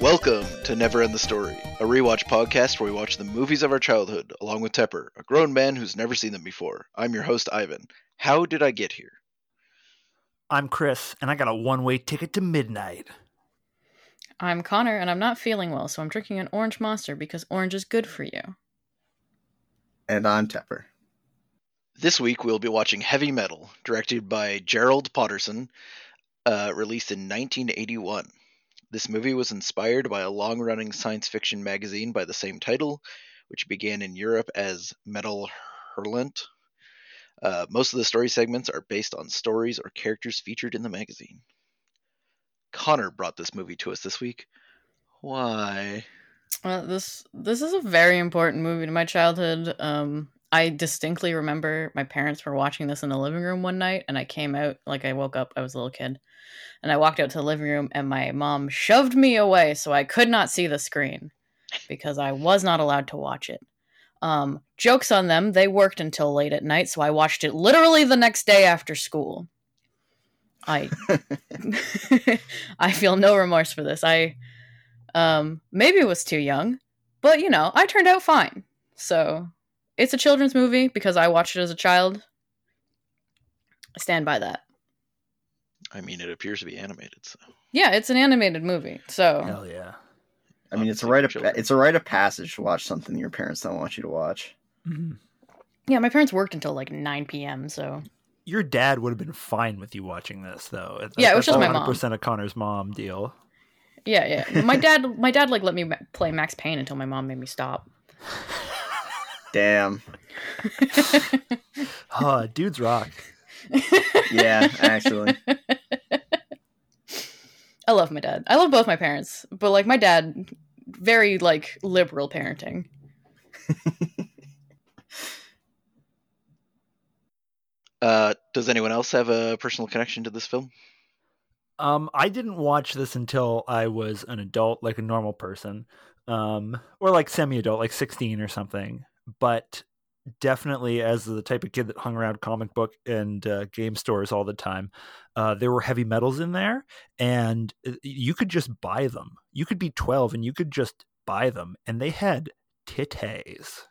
Welcome to Never End the Story, a rewatch podcast where we watch the movies of our childhood along with Tepper, a grown man who's never seen them before. I'm your host, Ivan. How did I get here? I'm Chris, and I got a one way ticket to midnight. I'm Connor, and I'm not feeling well, so I'm drinking an orange monster because orange is good for you. And I'm Tepper. This week we'll be watching Heavy Metal, directed by Gerald Potterson, uh, released in 1981. This movie was inspired by a long running science fiction magazine by the same title, which began in Europe as Metal Hurlant. Uh, most of the story segments are based on stories or characters featured in the magazine. Connor brought this movie to us this week. Why? Uh, this this is a very important movie to my childhood. Um, I distinctly remember my parents were watching this in the living room one night, and I came out like I woke up. I was a little kid, and I walked out to the living room, and my mom shoved me away so I could not see the screen because I was not allowed to watch it. Um, jokes on them. They worked until late at night, so I watched it literally the next day after school. I I feel no remorse for this. I um, maybe was too young, but you know, I turned out fine. So it's a children's movie because I watched it as a child. I stand by that. I mean, it appears to be animated, so. Yeah, it's an animated movie, so Hell yeah. I mean, it's a Obviously, rite of children. it's a rite of passage to watch something your parents don't want you to watch. yeah. My parents worked until like nine p.m. So Your dad would have been fine with you watching this, though. That- Yeah, it was that's just my mom. 100% of Connor's mom deal. yeah, yeah. My dad, my dad like let me ma- play Max Payne until my mom made me stop. Damn. Huh, dudes rock. Yeah, actually. I love my dad. I love both my parents, but like my dad, very like liberal parenting. Uh, does anyone else have a personal connection to this film? Um, I didn't watch this until I was an adult, like a normal person, um, or like semi-adult, like sixteen or something. But definitely, as the type of kid that hung around comic book and uh, game stores all the time, uh, there were heavy metals in there, and uh, you could just buy them. You could be twelve and you could just buy them, and they had titties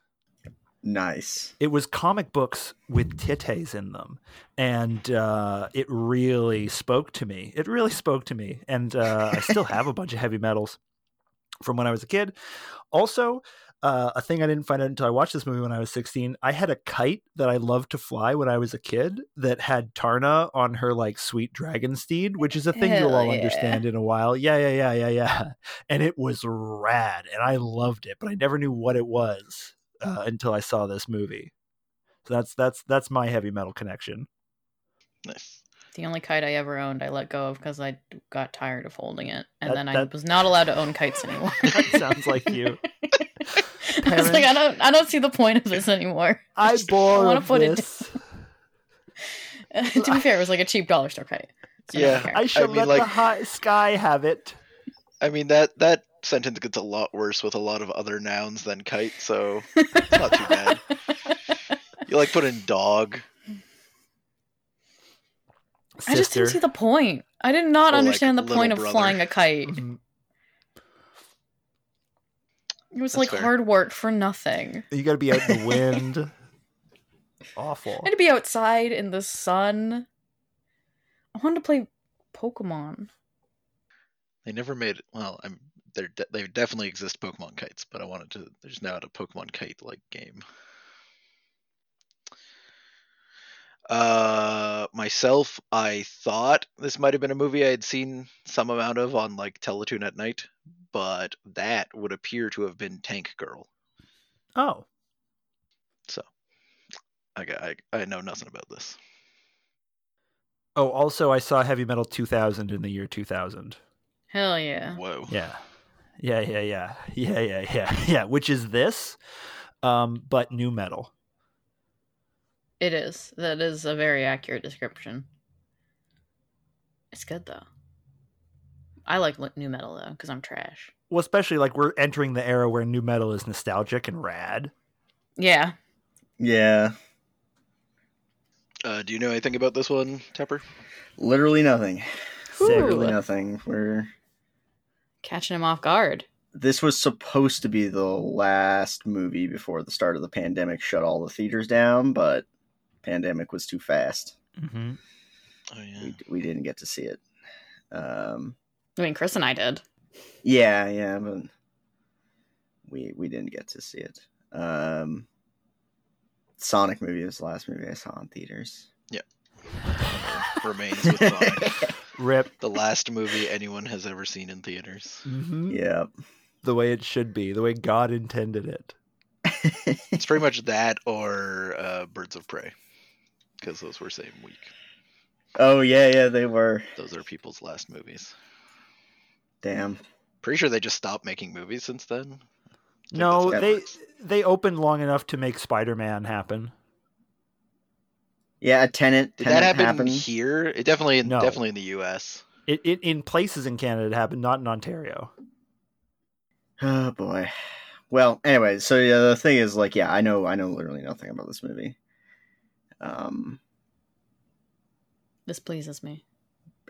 nice. it was comic books with titties in them and uh, it really spoke to me it really spoke to me and uh, i still have a bunch of heavy metals from when i was a kid also uh, a thing i didn't find out until i watched this movie when i was 16 i had a kite that i loved to fly when i was a kid that had tarna on her like sweet dragon steed which is a thing you'll Hell all yeah. understand in a while yeah yeah yeah yeah yeah and it was rad and i loved it but i never knew what it was uh, until i saw this movie so that's that's that's my heavy metal connection Nice. The only kite I ever owned, I let go of because I got tired of holding it, and That- then I that- was not allowed to own kites anymore. That sounds like you. I was like, I don't, I don't see the point of this anymore. i bore wanna of put it this to be fair, it was like a cheap dollar store kite. So I don't Yeah, care. i shall mean, let like- the high sky have it I mean that that sentence gets a lot worse with a lot of other nouns than kite, so it's not too bad. You like put in dog. sister I just didn't see the point. I did Or, not like, understand the little point of brother. flying a kite. Mhm. It was That's like fair. hard work for nothing. you gotta be out in the wind awful I had to be outside in the sun. I wanted to play Pokemon. They never made well. I'm they're de- they definitely exist Pokemon kites, but I wanted to. There's now a Pokemon kite like game. Uh, myself, I thought this might have been a movie I had seen some amount of on like Teletoon at night, but that would appear to have been Tank Girl. oh I got- I, I know nothing about this. oh also i saw heavy metal 2000 in the year 2000 Hell yeah. Whoa. Yeah. Yeah, yeah, yeah. Yeah, yeah, yeah. Yeah, which is this um but new metal. It is. That is a very accurate description. It's good though. I like li- new metal though because I'm trash. Well, especially like we're entering the era where new metal is nostalgic and rad. Yeah. Yeah. Uh, do you know anything about this one, Tepper? Literally nothing. Ooh. Literally nothing. We're catching him off guard. This was supposed to be the last movie before the start of the pandemic shut all the theaters down, but pandemic was too fast. Mm-hmm. Oh yeah. We, we didn't get to see it. Um, I mean, Chris and I did. yeah, yeah, but we we didn't get to see it. Um, Sonic movie was the last movie I saw in theaters. uh, Remains with Sonic. Rip. the last movie anyone has ever seen in theaters. Mm-hmm. Yep. The way it should be, the way God intended it. It's pretty much that or uh, Birds of Prey, because those were same week. oh yeah, yeah, they were. Those are people's last movies. Damn. Pretty sure they just stopped making movies since then. think No, that's how it they works. they opened long enough to make Spider-Man happen. Yeah, a tenant. Did that Tenet happen happened. here? It definitely, in No. definitely in the U.S. It, it in places in Canada it happened, not in Ontario. Oh boy. Well, anyway, so yeah, the thing is, like, yeah, I know, I know literally nothing about this movie. Um. This pleases me.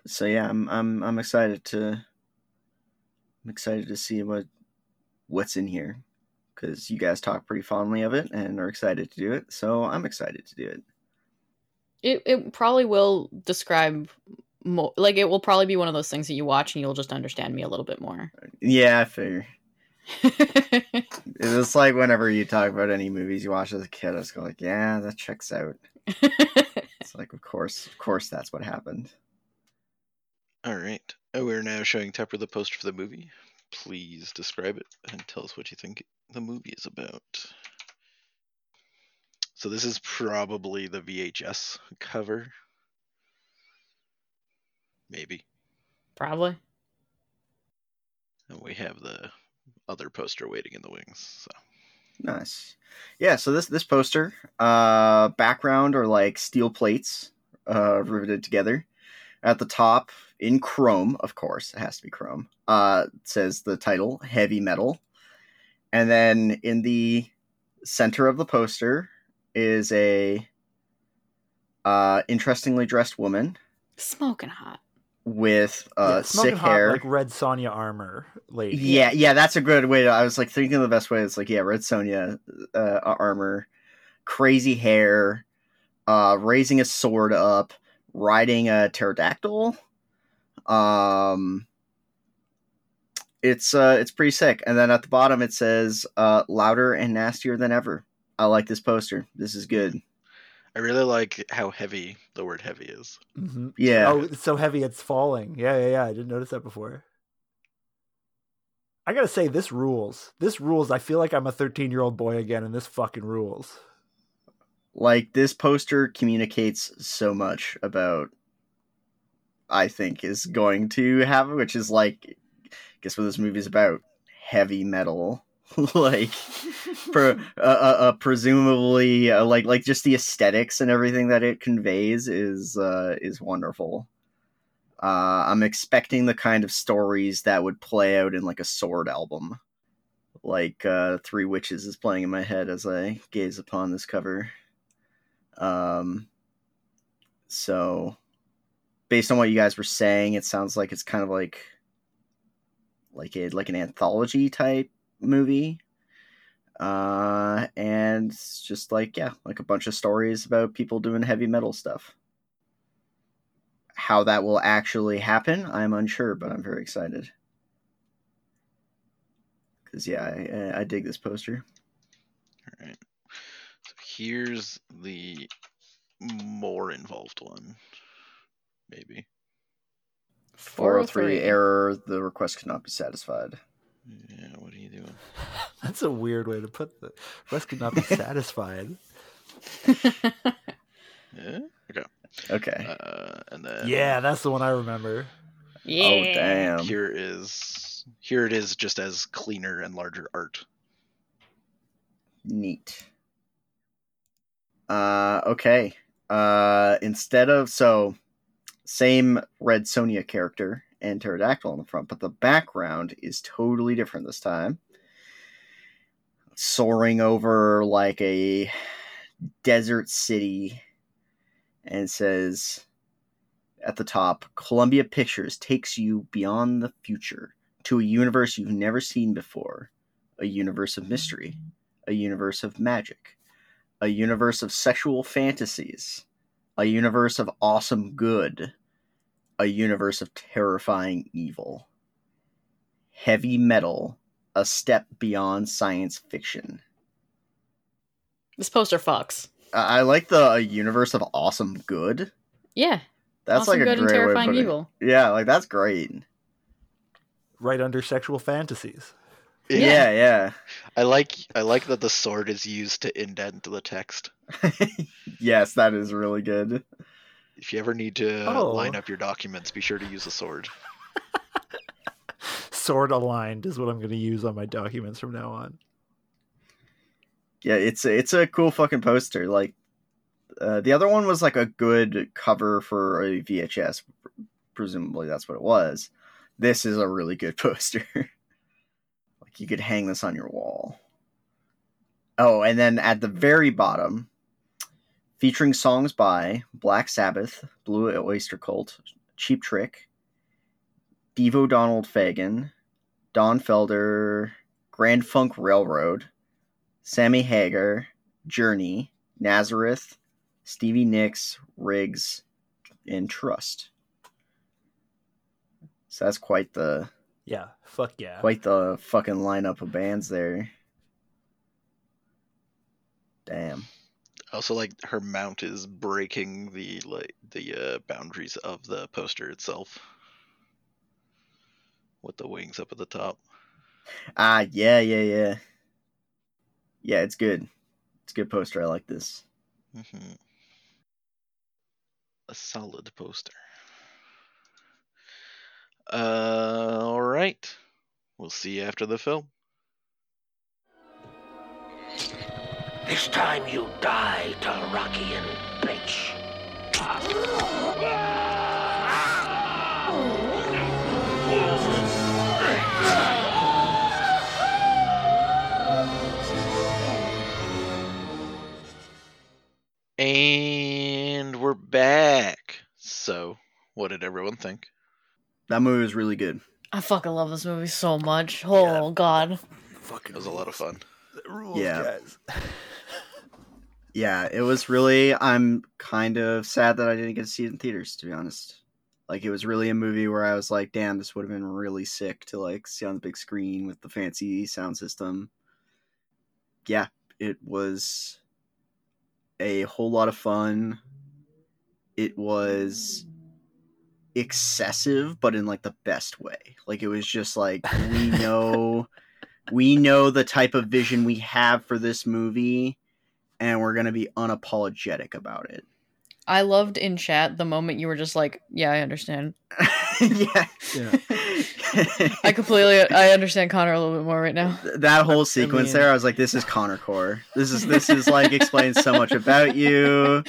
So yeah, I'm, I'm, I'm excited to. I'm excited to see what, what's in here, because you guys talk pretty fondly of it and are excited to do it. So I'm excited to do it. It it probably will describe more. Like it will probably be one of those things that you watch and you'll just understand me a little bit more. Yeah, I figure. It's just like whenever you talk about any movies you watch as a kid, I just go like, yeah, that checks out. It's like, of course, of course, that's what happened. All right. Oh, we're now showing Tepper the poster for the movie. Please describe it and tell us what you think the movie is about. So this is probably the VHS cover. Maybe. probably. And we have the other poster waiting in the wings. So Nice. Yeah, so this this poster, uh background are like steel plates uh riveted together. At the top in chrome, of course, it has to be chrome. Uh it says the title Heavy Metal. And then in the center of the poster is a uh interestingly dressed woman Smoking hot. with uh Yeah, smoking sick hot, hair. like Red Sonya armor lady. Yeah, yeah, that's a good way. To, I was like thinking the best way. It's like yeah, Red Sonia uh, armor, crazy hair, uh, raising a sword up, riding a pterodactyl. Um, it's uh, it's pretty sick. And then at the bottom it says uh, louder and nastier than ever. I like this poster. This is good. I really like how heavy the word heavy is. Mhm. Yeah. Oh, it's so heavy it's falling. Yeah, yeah, yeah. I didn't notice that before. I gotta say, this rules. This rules. I feel like I'm a 13 year old boy again, and this fucking rules. like this poster communicates so much about i think is going to happen which is like guess what this movie's about heavy metal like pro, uh, uh, uh, presumably uh, like like just the aesthetics and everything that it conveys is uh, is wonderful uh, i'm expecting the kind of stories that would play out in like a sword album like uh, three witches is playing in my head as i gaze upon this cover um, so, based on what you guys were saying, it sounds like it's kind of like like a like an anthology type movie, uh, and it's just like yeah, like a bunch of stories about people doing heavy metal stuff. How that will actually happen, I'm unsure, but I'm very excited. Cause yeah, I, I- I dig this poster. All right. So here's the more involved one. Maybe. 403 error. The request cannot be satisfied. Yeah, what are you doing? That's a weird way to put that. Russ could not be satisfied. oh Yeah. Okay. Uh, and then yeah, that's the one I remember. yeah. Oh damn! here is here it is just as cleaner and larger art. Neat. Uh, okay. Uh, instead of so, same Red Sonia character and pterodactyl on the front, but the background is totally different this time. Soaring over like a desert city, and it says at the top, Columbia Pictures takes you beyond the future to a universe you've never seen before a universe of mystery, a universe of magic, a universe of sexual fantasies, a universe of awesome good, a universe of terrifying evil. Heavy metal, a step beyond science fiction. This poster fucks. I I like the uh, universe of awesome good. Yeah. That's awesome like a good and great way of terrifying putting it. evil. Yeah, like that's great. right under sexual fantasies. Yeah, yeah, I like I like that the sword is used to indent the text. yes, that is really good. If you ever need to Oh. line up your documents, be sure to use a sword. Sword aligned is what I'm going to use on my documents from now on. Yeah, it's it's a cool fucking poster. Like uh, the other one was like a good cover for a VHS. Presumably, that's what it was. This is a really good poster. like you could hang this on your wall. Oh, and then at the very bottom, featuring songs by Black Sabbath, Blue Oyster Cult, Cheap Trick, Devo Donald Fagan, Don Felder, Grand Funk Railroad, Sammy Hagar, Journey, Nazareth, Stevie Nicks, Riggs, and Trust. So that's quite the Yeah, fuck yeah. quite the fucking lineup of bands there. Damn. I also like her mount is breaking the like the uh, boundaries of the poster itself. With the wings up at the top. Ah, yeah, yeah, yeah. Yeah, it's good. It's a good poster. I like this. hmm A solid poster. Uh, all right. We'll see you after the film. This time you die, Tarakian bitch. And we're back. So, what did everyone think? That movie was really good. I fucking love this movie so much. Oh god. Fucking It was a lot of fun. Rules, Yeah. guys. Yeah, it was really. I'm kind of sad that I didn't get to see it in theaters, to be honest. Like, it was really a movie where I was like, damn, this would have been really sick to, like, see on the big screen with the fancy sound system. Yeah, it was a whole lot of fun. It was excessive, but in, like, the best way. Like, it was just like, we know. We know the type of vision we have for this movie and we're going to be unapologetic about it. I loved in chat the moment you were just like, "Yeah, I understand. yeah. Yeah. I completely, I understand Connor a little bit more right now." that whole sequence mean- there, I was like, this is Connor Core. This is this is like explains so much about you.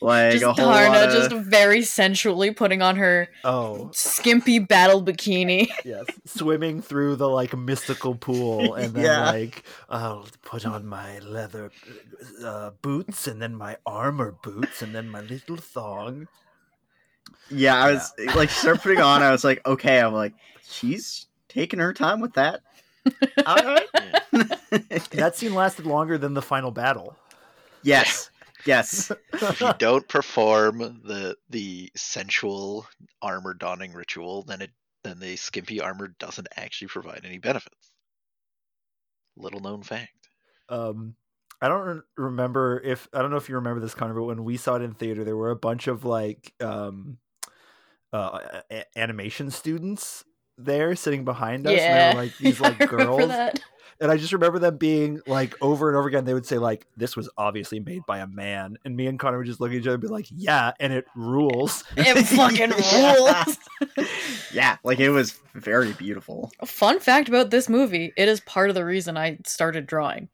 Like Just a whole Tarna, lot just of- very sensually putting on her Oh, skimpy battle bikini. yes. Swimming through the like mystical pool and then Yeah. like I'll put on my leather uh, boots and then my armor boots and then my little thong. yeah, I was like start putting on, I was like, okay, I'm like, she's taking her time with that. All right. Yeah. That scene lasted longer than the final battle. yes. Yes. if you don't perform the the sensual armor donning ritual, then it then the skimpy armor doesn't actually provide any benefits. Little known fact. um i don't re- remember if i don't know if you remember this connor but when we saw it in theater there were a bunch of like um uh a- animation students there sitting behind us yeah, and they were like these Yeah, I like remember girls that. and i just remember them being like over and over again they would say like this was obviously made by a man and me and connor would just look at each other and be like yeah and it rules It fucking rules. yeah, like it was very beautiful. Fun fact about this movie: it is part of the reason I started drawing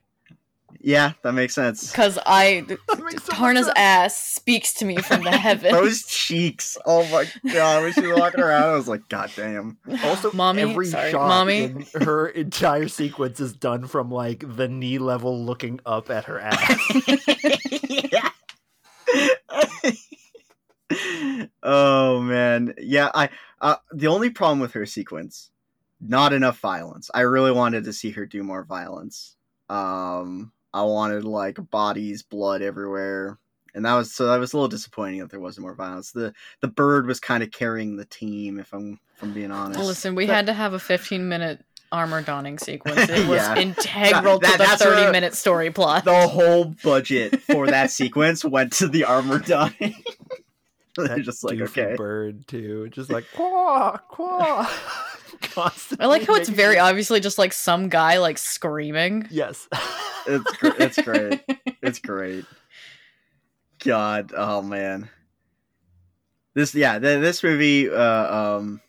Yeah, that makes sense. because I That makes so much Tarna's sense. ass speaks to me from the heavens. Those cheeks. Oh my god. When she was walking around, I was like, God damn. Also, mommy, every sorry, shot mommy. in her entire sequence is done from like the knee level looking up at her ass. yeah. oh man. Yeah, I uh, the only problem with her sequence not enough violence. I really wanted to see her do more violence. Um, I wanted like bodies, blood everywhere, and that was so that was a little disappointing that there wasn't more violence. The the bird was kind of carrying the team, if I'm if I'm being honest. Listen, we But- had to have a 15 minute armor donning sequence. It was Yeah. integral That- to the that's 30 where- minute story plot. the whole budget for that sequence went to the armor dying. They're That just like, doofy okay, bird too, just like quaw quaw. I like how it's Constantly very making- obviously just like some guy like screaming. Yes. it's gr- it's great. It's great. God, oh man. This yeah, th- this movie uh um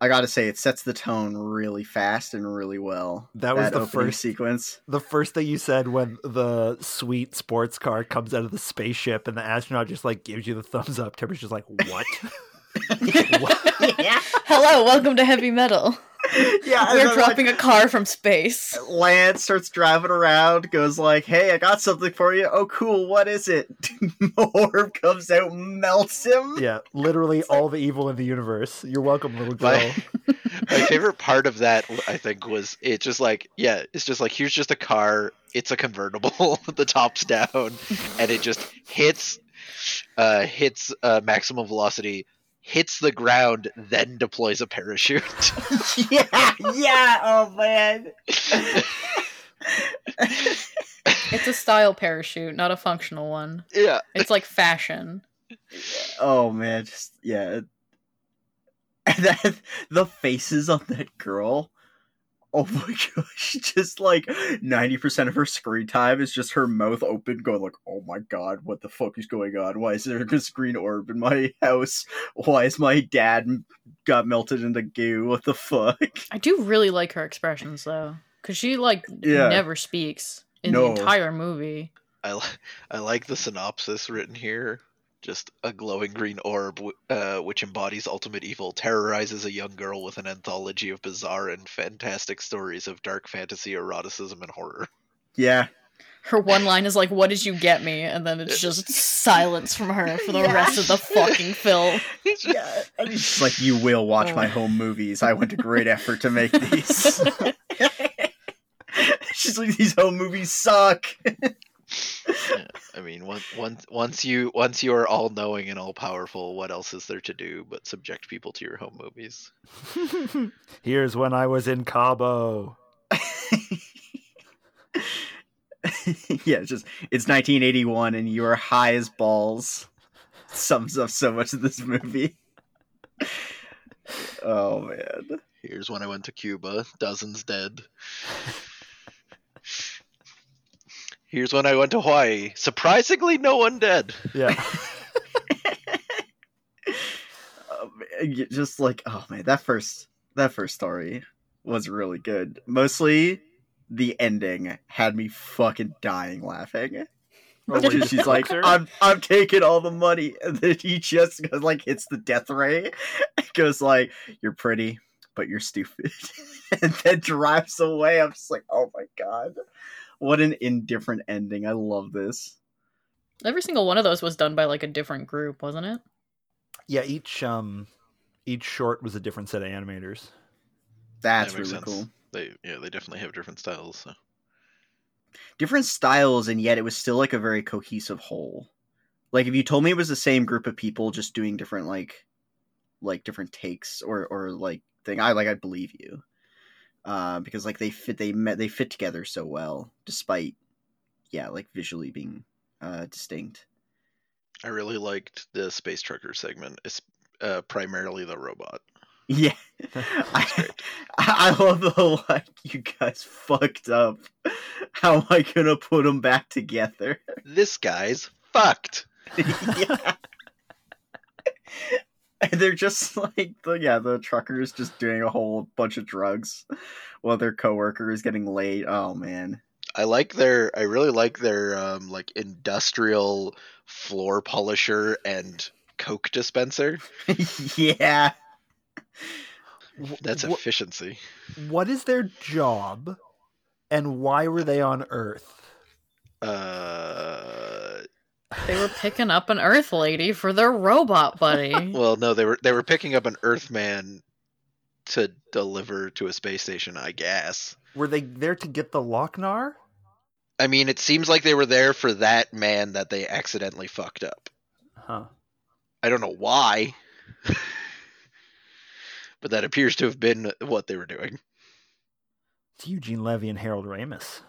I got to say it sets the tone really fast and really well. That was the opening first- sequence. the first thing you said when the sweet sports car comes out of the spaceship and the astronaut just like gives you the thumbs up, Timber's just like, what? What? Hello, welcome to heavy metal. yeah, and We're then, like, dropping a car from space. Lance starts driving around, goes like, "Hey, I got something for you. Oh, cool. What is it?" Orb comes out, melts him. yeah, literally all the evil in the universe. You're welcome, little girl. My, my favorite part of that, I think, was it's just like, yeah, it's just like, here's just a car. It's a convertible. the top's down, and it just hits, uh, hits uh, maximum velocity, hits the ground, then deploys a parachute. yeah, yeah. Oh man. It's a style parachute, not a functional one. yeah, It's like fashion. Oh man. Just yeah. And then the faces on that girl. Oh my gosh! Just like ninety percent of her screen time is just her mouth open, going like, "Oh my god, what the fuck is going on? Why is there a green orb in my house? Why is my dad m- got melted into goo? What the fuck?" I do really like her expressions though, because she like Yeah. never speaks in No. the entire movie. I, li- I like the synopsis written here. Just a glowing green orb, w- uh, which embodies ultimate evil, terrorizes a young girl with an anthology of bizarre and fantastic stories of dark fantasy, eroticism, and horror. Yeah, Her one line is like, "What did you get me?" and then it's just silence from her for the Yeah. rest of the fucking film. yeah. And he's just like, "You will watch Oh. my home movies. I went to great effort to make these." She's like, "These home movies suck." I mean, once once once you once you are all knowing and all powerful, what else is there to do but subject people to your home movies? Here's when I was in Cabo. yeah, it's just it's 1981 and you're high as balls. Sums up so much of this movie. Oh man. Here's when I went to Cuba, dozens dead. Here's when I went to Hawaii, surprisingly, no one dead. Um, Yeah. Oh, man, you- just like oh man, that first that first story was really good. Mostly the ending had me fucking dying laughing. Or when he she's like, fucks her. I'm I'm taking all the money, and then he just goes, like hits the death ray. Goes like, you're pretty, but you're stupid, and then drives away. I'm just like, oh my god, what an indifferent ending. I love this. Every single one of those was done by like a different group, wasn't it? yeah, each um each short was a different set of animators. That's That really makes cool. They yeah, they definitely have different styles. So. different styles and yet it was still like a very cohesive whole like if you told me it was the same group of people just doing different like like different takes or or like thing i like i believe you uh because like they fit they met they fit together so well despite yeah like visually being uh distinct I really liked the space trucker segment, es- uh, primarily the robot. yeah I, I love the like you guys fucked up how am i gonna put them back together This guy's fucked. yeah. And they're just like the yeah, the truckers just doing a whole bunch of drugs while their coworker is getting laid. Oh man. I like their. I really like their um, like industrial floor polisher and coke dispenser. yeah. That's Wh- efficiency. what is their job and why were they on Earth? Uh, They were picking up an Earth lady for their robot buddy. well, no, they were they were picking up an Earthman to deliver to a space station, I guess. Were they there to get the Lochnar? I mean, it seems like they were there for that man that they accidentally fucked up. Huh. I don't know why, but that appears to have been what they were doing. It's Eugene Levy and Harold Ramis.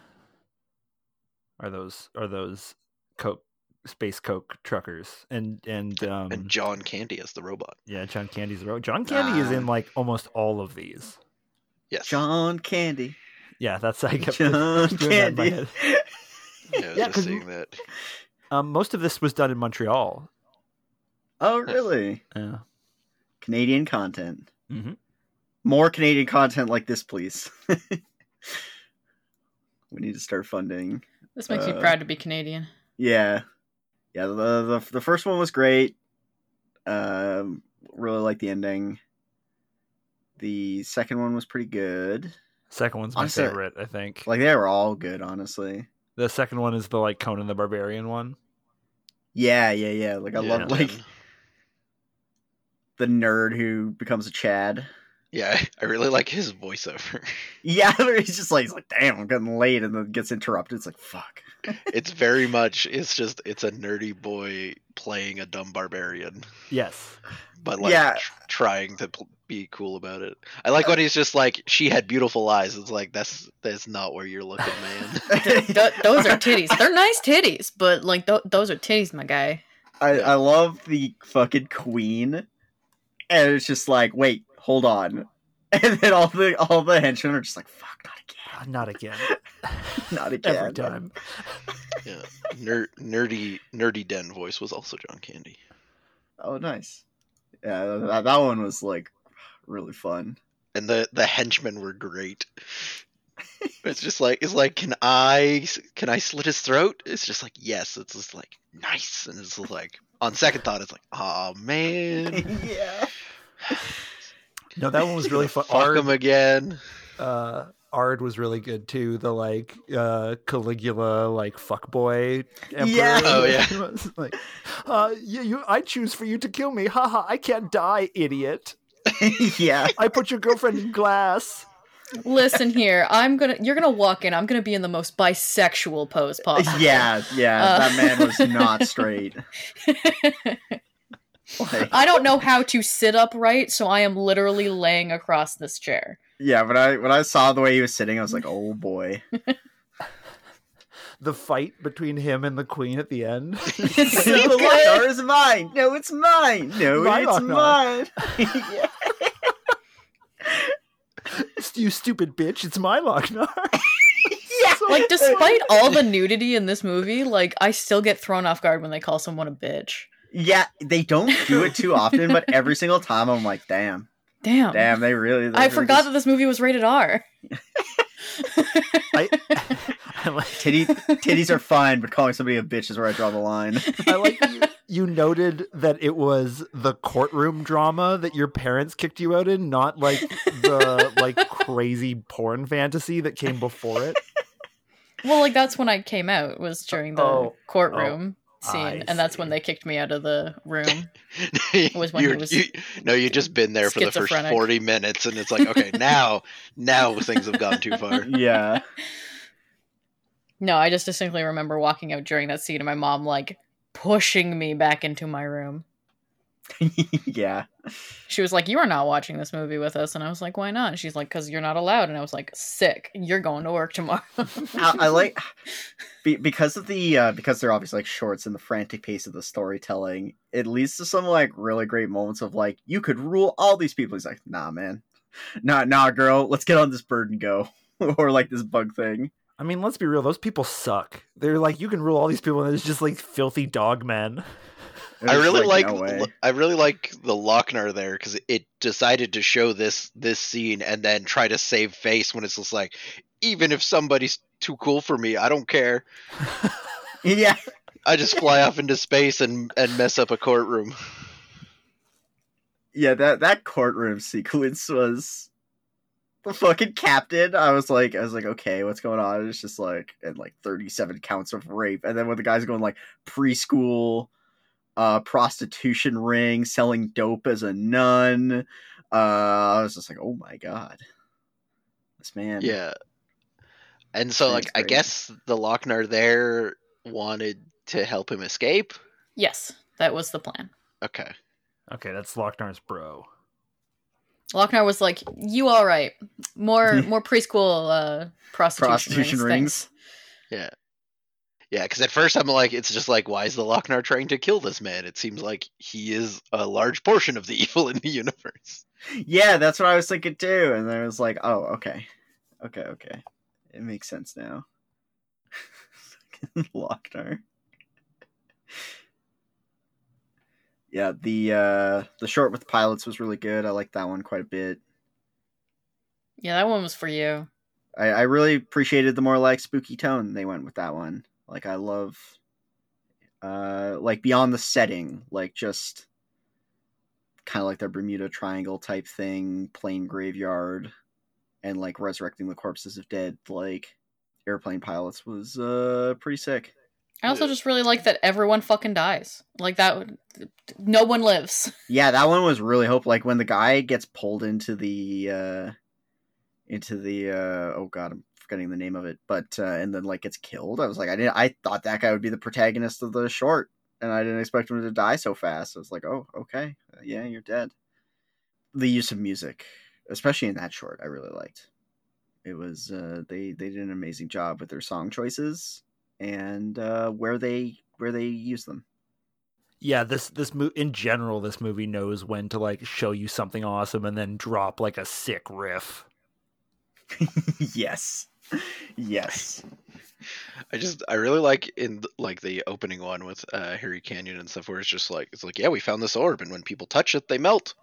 Are those are those Coke space Coke truckers and and um And John Candy as the robot. yeah John Candy's the road. John Candy is in Ah. like almost all of these. Yes. John Candy. Yeah, that's I kept John doing that in my Candy. head. Yeah, I was Yeah, just 'cause- seeing that. Um, most of this was done in Montreal. oh, really? Yeah. Canadian content. Mhm. More Canadian content like this, please. we need to start funding. This makes me Uh, proud to be Canadian. Yeah, yeah. The the, the first one was great. Um, really like the ending. The second one was pretty good. Second one's my Honestly, favorite, I think. Like they were all good, honestly. the second one is the like Conan the Barbarian one. Yeah, yeah, yeah. Like I Yeah, love like man. the nerd who becomes a Chad. Yeah, I really like his voiceover. Yeah, he's just like, he's like, damn, I'm getting late, and then gets interrupted. It's like, fuck. it's very much it's just it's a nerdy boy playing a dumb barbarian Yes. but like Yeah. tr- trying to pl- be cool about it i like when he's just like she had beautiful eyes it's like that's that's not where you're looking man Th- those are titties. They're nice titties, but like th- those are titties, my guy. I, I love the fucking queen, and it's just like, wait, hold on, and then all the all the henchmen are just like, fuck, not again, Ah, Not again. not again. Every time. yeah Ner- nerdy nerdy den voice was also john candy Oh, nice. Yeah, that, that one was like really fun. and the the henchmen were great it's just like it's like can i can i slit his throat it's just like yes it's just like nice and it's like on second thought it's like oh man yeah. No, that one was really fun. fuck him Ard, again uh, Ard was really good too. The like uh, Caligula like fuckboy emperor. Yeah. Oh, yeah. He was like, uh, you, you, I choose for you to kill me. Haha! I can't die, idiot. yeah. I put your girlfriend in glass. Listen here, I'm gonna. You're gonna walk in. I'm gonna be in the most bisexual pose possible. Uh, Yeah, yeah, Uh. that man was not straight. Like, I don't know how to sit upright, so I am literally laying across this chair. yeah, but I when I saw the way he was sitting, I was like, oh boy. The fight between him and the queen at the end. It's so the good. Lochnar is mine. No, it's mine. No, My it's Lochnar. mine. Yeah. you stupid bitch! It's my Lochnar. Yeah, So Like, despite all the nudity in this movie, like I still get thrown off guard when they call someone a bitch. Yeah, they don't do it too often, but every single time I'm like, damn, Damn. damn, they really. they Oh. I were forgot just- that this movie was rated R. I, I like, Titty, titties are fine, but calling somebody a bitch is where I draw the line. I like that you, you noted that it was the courtroom drama that your parents kicked you out in, not like the like crazy porn fantasy that came before it. Well, like that's when I came out was during the Oh, courtroom scene, I and that's when see. they kicked me out of the room. was when he You're- was you, no, you just been there for the first schizophrenic. forty minutes, and it's like, okay, now, now things have gone too far. Yeah. No, I just distinctly remember walking out during that scene, and my mom like pushing me back into my room. yeah. She was like, "You are not watching this movie with us," and I was like, "Why not?" And she's like, "Cause you're not allowed," and I was like, "Sick, you're going to work tomorrow." I, I like be, because of the uh, because they're obviously like shorts and the frantic pace of the storytelling. It leads to some like really great moments of like you could rule all these people. He's like, nah, man, nah, nah, girl, let's get on this bird and go, or like this bug thing. I mean, let's be real; those people suck. They're like you can rule all these people, and it's just like filthy dog men. And I it's really like, no way. I really like the Lochner there because it decided to show this this scene and then try to save face when it's just like, even if somebody's too cool for me, I don't care. yeah, I just fly off into space and and mess up a courtroom. yeah. That that courtroom sequence was the fucking captain. I was like, I was like, okay, what's going on? It's just like and like thirty seven counts of rape, and then when the guys going like preschool. uh, prostitution ring, selling dope as a nun. Uh, I was just like, oh my god, this man. Yeah. And so, That's like, I crazy. guess the Lochner there wanted to help him escape. Yes, that was the plan. Okay. Okay, that's Lochnar's bro. Lochnar was like, "You all right? More more preschool uh, prostitution, Prostitution rings. rings. Yeah, because at first I'm like, it's just like, why is the Lochnar trying to kill this man? It seems like he is a large portion of the evil in the universe. Yeah, that's what I was thinking too. And then I was like, oh, okay. Okay, okay. It makes sense now. Lochner. Yeah, the uh the short with pilots was really good. I liked that one quite a bit. Yeah, that one was for you. I, I really appreciated the more like spooky tone they went with that one. Like I love uh like beyond the setting, like just kind of like the Bermuda Triangle type thing, plain graveyard and like resurrecting the corpses of dead like airplane pilots was uh pretty sick. I also Yeah. just really like that everyone fucking dies. Like that, would- no one lives. Yeah, that one was really hope like when the guy gets pulled into the uh into the uh oh god, I'm forgetting the name of it, but uh and then like gets killed. I was like I didn't I thought that guy would be the protagonist of the short and I didn't expect him to die so fast. I was like, "Oh, okay. Uh, yeah, you're dead." The use of music, especially in that short, I really liked. It was uh they they did an amazing job with their song choices and uh where they where they use them. Yeah, this this mo- in general, this movie knows when to like show you something awesome and then drop like a sick riff. yes. Yes. I just, I really like in th- like the opening one with uh, Harry Canyon and stuff, where it's just like, it's like, yeah, we found this orb, and when people touch it, they melt.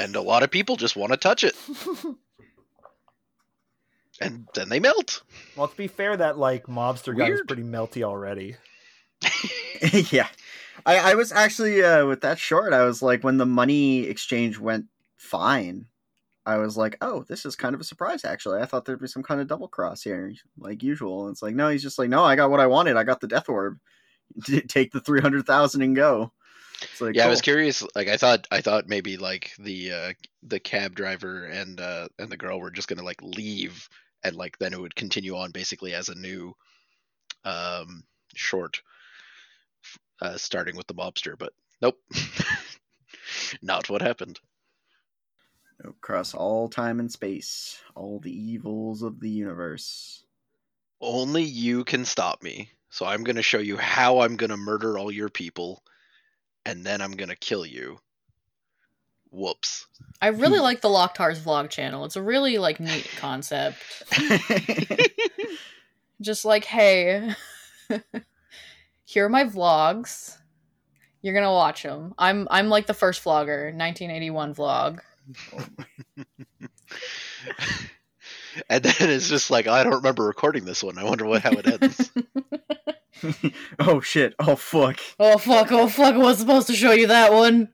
and a lot of people just want to touch it, and then they melt. Well, to be fair, that like mobster guy was Weird. pretty melty already. yeah. I, I was actually uh, with that short, I was like, when the money exchange went fine, I was like, oh, this is kind of a surprise, actually. I thought there'd be some kind of double cross here, like usual. And it's like, no, he's just like, no, I got what I wanted. I got the death orb. Take the 300000 and go. It's like, "Oh, yeah, I was cool. curious. Like, I thought, I thought maybe like the uh, the cab driver and uh, and the girl were just gonna like leave, and like then it would continue on basically as a new um, short, f- uh, starting with the mobster. But nope, not what happened. Across oh, all time and space, all the evils of the universe. Only you can stop me. So I'm gonna show you how I'm gonna murder all your people, and then I'm gonna kill you. Whoops. I really Hmm. like the Lochtar's vlog channel. It's a really like neat concept. Just like, hey, here are my vlogs. You're gonna watch them. I'm I'm like the first vlogger, 1981 vlog. And then it's just like I don't remember recording this one. I wonder what how it ends. oh, shit. Oh, fuck. Oh fuck! Oh fuck! I was supposed to show you that one.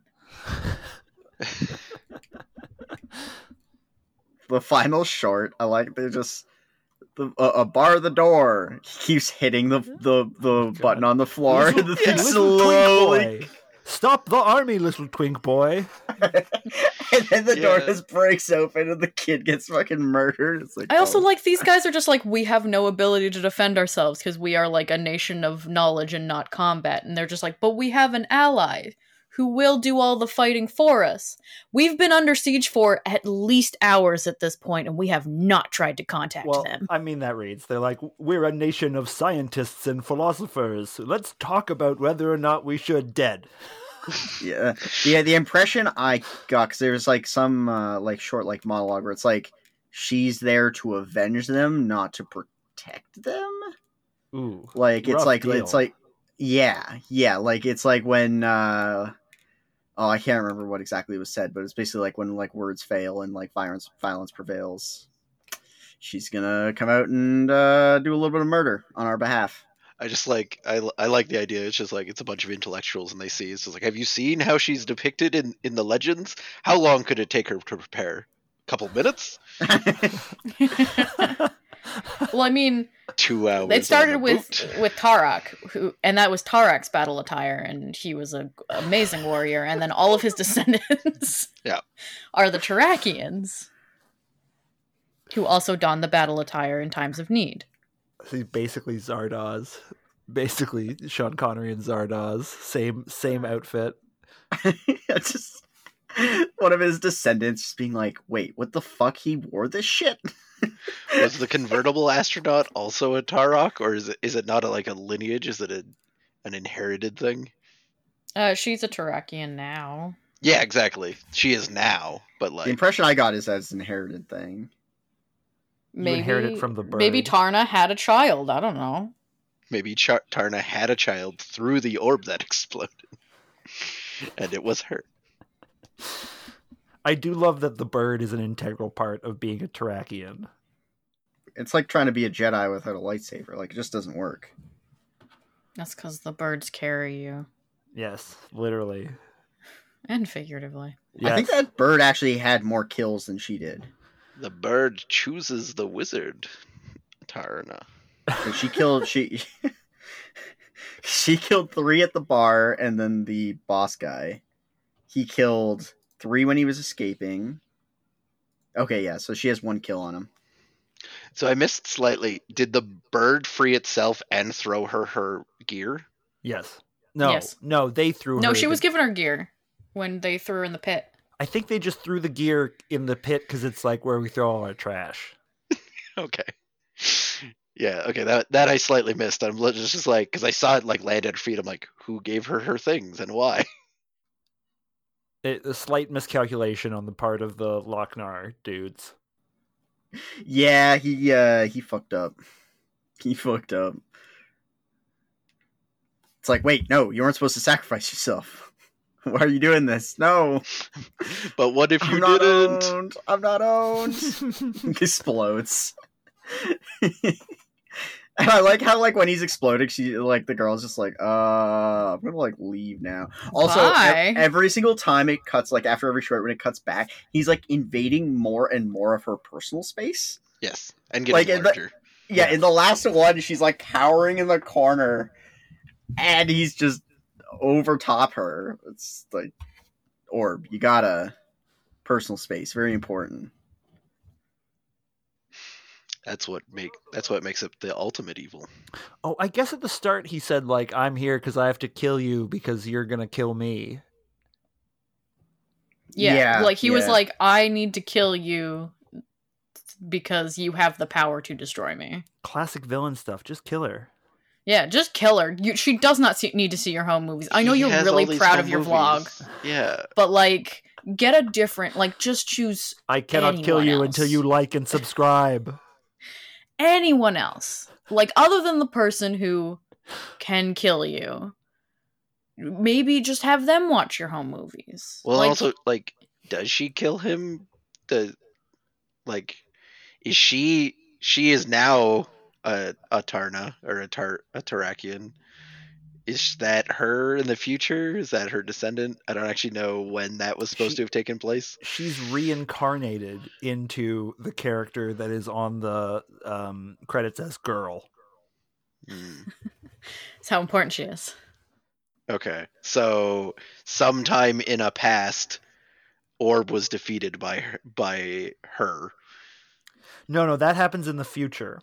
the final short i like they just the, a, a bar the door he keeps hitting the the, the Oh God. button on the floor Little- and the thing little twink slowly boy. Stop the army, little twink boy. and then the door Yeah. just breaks open and the kid gets fucking murdered it's like I also oh. like these guys are just like we have no ability to defend ourselves because we are like a nation of knowledge and not combat, and they're just like, but we have an ally who will do all the fighting for us. We've been under siege for at least hours at this point, and we have not tried to contact Well, them. I mean that reads. They're like, we're a nation of scientists and philosophers. Let's talk about whether or not we should dead. yeah yeah the impression i got because there was like some uh like short like monologue where it's like she's there to avenge them not to protect them Ooh, like it's Rough like deal. it's like yeah yeah like it's like when uh oh i can't remember what exactly was said but it's basically like when like words fail and like violence violence prevails she's gonna come out and uh do a little bit of murder on our behalf I just like I, l- I like the idea. It's just like it's a bunch of intellectuals, and they see it's just like, have you seen how she's depicted in in the legends? How long could it take her to prepare? couple minutes. Well, I mean, Two hours. on it started the with boat. with Tarok, who and that was Tarak's battle attire, and he was an amazing warrior. And then all of his descendants, Yeah. are the Tarakians, who also don the battle attire in times of need. So he's basically Zardoz. Basically Sean Connery and Zardoz. Same same outfit. I just one of his descendants just being like, "Wait, what the fuck? He wore this shit." Was the convertible astronaut also a Tarok, or is it is it not a, like a lineage? Is it a an inherited thing? Uh, she's a Tarakian now. Yeah, exactly. She is now, but the like impression I got is that it's an inherited thing. You inherit it from the Maybe bird. Tarna had a child. I don't know. maybe Char- Tarna had a child through the orb that exploded, and it was her. I do love that the bird is an integral part of being a Tarakian. It's like trying to be a Jedi without a lightsaber. Like it just doesn't work. That's because the birds carry you, Yes, literally. and figuratively. I think Yes. that bird actually had more kills than she did. The bird chooses the wizard, Tarna. Like, she killed she she killed three at the bar, and then the boss guy. He killed three when he was escaping. Okay, yeah, so she has one kill on him. So I missed slightly. Did the bird free itself and throw her her gear? Yes. No. Yes. No, they threw No, her she the- was given her gear when they threw her in the pit. I think they just threw the gear in the pit because it's like where we throw all our trash. Okay. Yeah, okay, that that I slightly missed. I'm li- just like because I saw it like land at her feet. I'm like, who gave her her things and why? It, a slight miscalculation on the part of the Lochnar dudes. Yeah, he uh he fucked up. He fucked up. It's like, wait, no, you weren't supposed to sacrifice yourself. Why are you doing this? No, But what if I'm you not didn't? owned. I'm not owned. explodes. and I like how like when he's exploding, she like the girl's just like, uh, I'm gonna like leave now. Also, e- Bye. every single time it cuts, like after every short, when it cuts back, he's like invading more and more of her personal space. Yes, and getting Like, and the- larger. Yeah, in the last one, she's like cowering in the corner, and he's just over top her. It's like, orb, you gotta personal space, very important. That's what make that's what makes it the ultimate evil. Oh, I guess at the start he said like I'm here because I have to kill you because you're gonna kill me. Yeah. Yeah, like he was yeah. like, I need to kill you because you have the power to destroy me. Classic villain stuff. Just kill her. Yeah, just kill her. You, she does not see, need to see your home movies. I know He you're has all really these proud home of your vlog, movies. Yeah, but like, get a different. Like, just choose I cannot kill Anyone you else. until you like and subscribe. anyone else. Like, other than the person who can kill you. Maybe just have them watch your home movies. Well, like, also, like, does she kill him? Does like, is she? She is now a a Tarna or a Tar a Tarakian. Is that her in the future? Is that her descendant? I don't actually know when that was supposed She- to have taken place. She's reincarnated into the character that is on the um, credits as girl. Hmm, that's how important she is. Okay, so sometime in a past, Orb was defeated by her, by her. No, no, that happens in the future.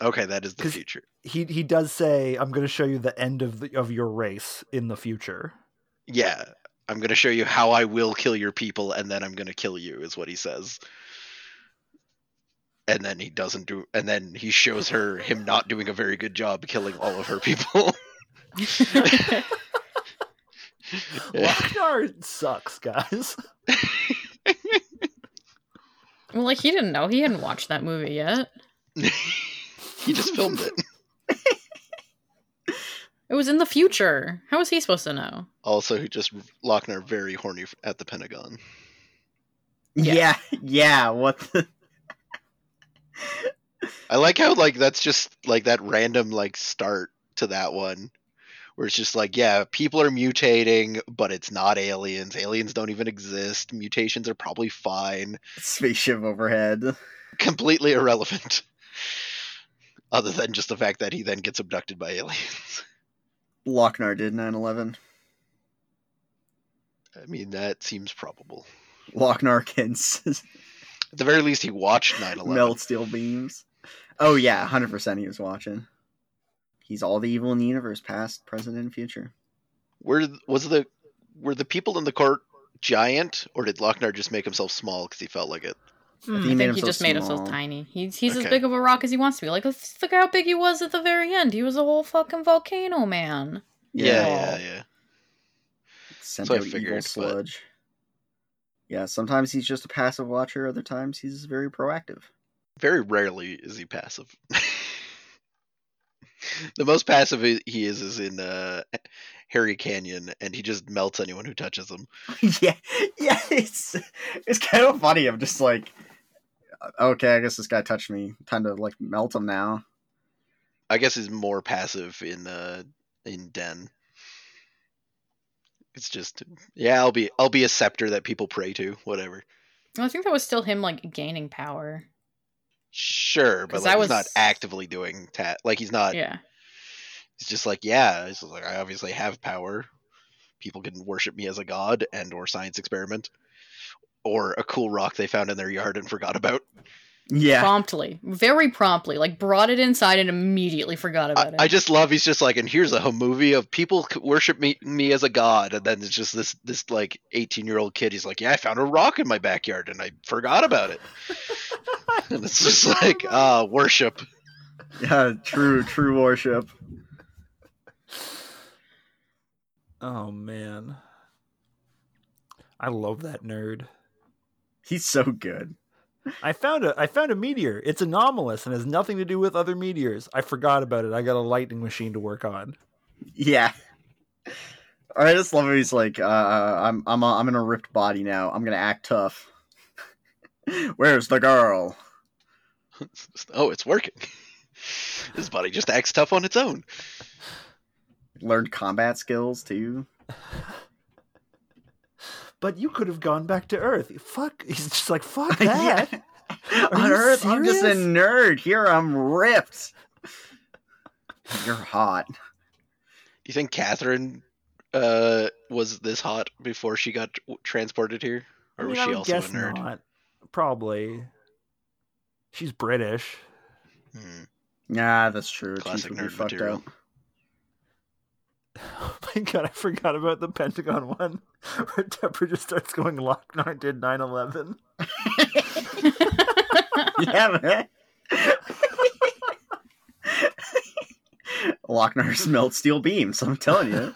Okay, that is the 'Cause- future. He he does say I'm going to show you the end of the, of your race in the future. yeah i'm going to show you how i will kill your people and then i'm going to kill you is what he says and then he doesn't do and then he shows her him not doing a very good job killing all of her people Lochnar sucks, guys. Well, like he didn't know. He hadn't watched that movie yet. he just filmed it It was in the future. How was he supposed to know? also he just lochner very horny f- at the pentagon Yeah, yeah, what the i like how like that's just like that random like start to that one where it's just like yeah people are mutating but it's not aliens aliens don't even exist mutations are probably fine spaceship overhead. completely irrelevant. other than just the fact that he then gets abducted by aliens. Lochnar did 9/11. I mean, that seems probable. Lochnar can s- At the very least, he watched 9/11. melt steel beams. Oh yeah, 100% he was watching. He's all the evil in the universe, past, present, and future. Were was the were the people in the court giant, or did Lochnar just make himself small because he felt like it? I Hmm, I made think him he so just made himself small. tiny. He's he's Okay. as big of a rock as he wants to be. Like, let's look how big he was at the very end. He was a whole fucking volcano man. yeah, yeah. yeah. Sent So I out evil figured, but- sludge. Yeah, sometimes he's just a passive watcher, other times he's very proactive. very rarely is he passive. the most passive he he is is in uh, Harry Canyon, and he just melts anyone who touches him. yeah, yeah, it's it's kind of funny. I'm just like, okay, I guess this guy touched me. Time to like melt him now. I guess he's more passive in uh, in Den. It's just yeah, I'll be I'll be a scepter that people pray to, whatever. I think that was still him like gaining power. Sure, but 'Cause like I he's not was- actively doing ta- like he's not. Yeah. He's just like yeah, he's just like I obviously have power. People can worship me as a god and or science experiment, or a cool rock they found in their yard and forgot about. Yeah, Promptly. Very promptly. Like brought it inside and immediately forgot I, about it. I just love he's just like and here's a movie of people c- worship me me as a god and then it's just this this like 18 year old kid he's like yeah I found a rock in my backyard and I forgot about it and it's just like ah worship yeah, true, true worship. Oh man. I love that nerd. He's so good. I found a I found a meteor. It's anomalous and has nothing to do with other meteors. I forgot about it. I got a lightning machine to work on. Yeah. Or I just love how he's like, uh, I'm I'm a, I'm in a ripped body now. I'm gonna act tough. Where's the girl? oh it's working his body just acts tough on its own Learned combat skills too. But you could have gone back to Earth. Fuck. He's just like fuck Yeah. that. On you Earth, I'm just a serious? nerd. Here, I'm ripped. You're hot. do you think Catherine uh was this hot before she got t- transported here I or was mean, I she would also a guess nerd Not. Probably. She's British. Hmm. Yeah, that's true. Chief Classic would be nerd fucked material. up. Oh my god, I forgot about the Pentagon one where Deborah just starts going Lochnar did 9 11. yeah, man. Lochnar smelt steel beams. I'm telling you.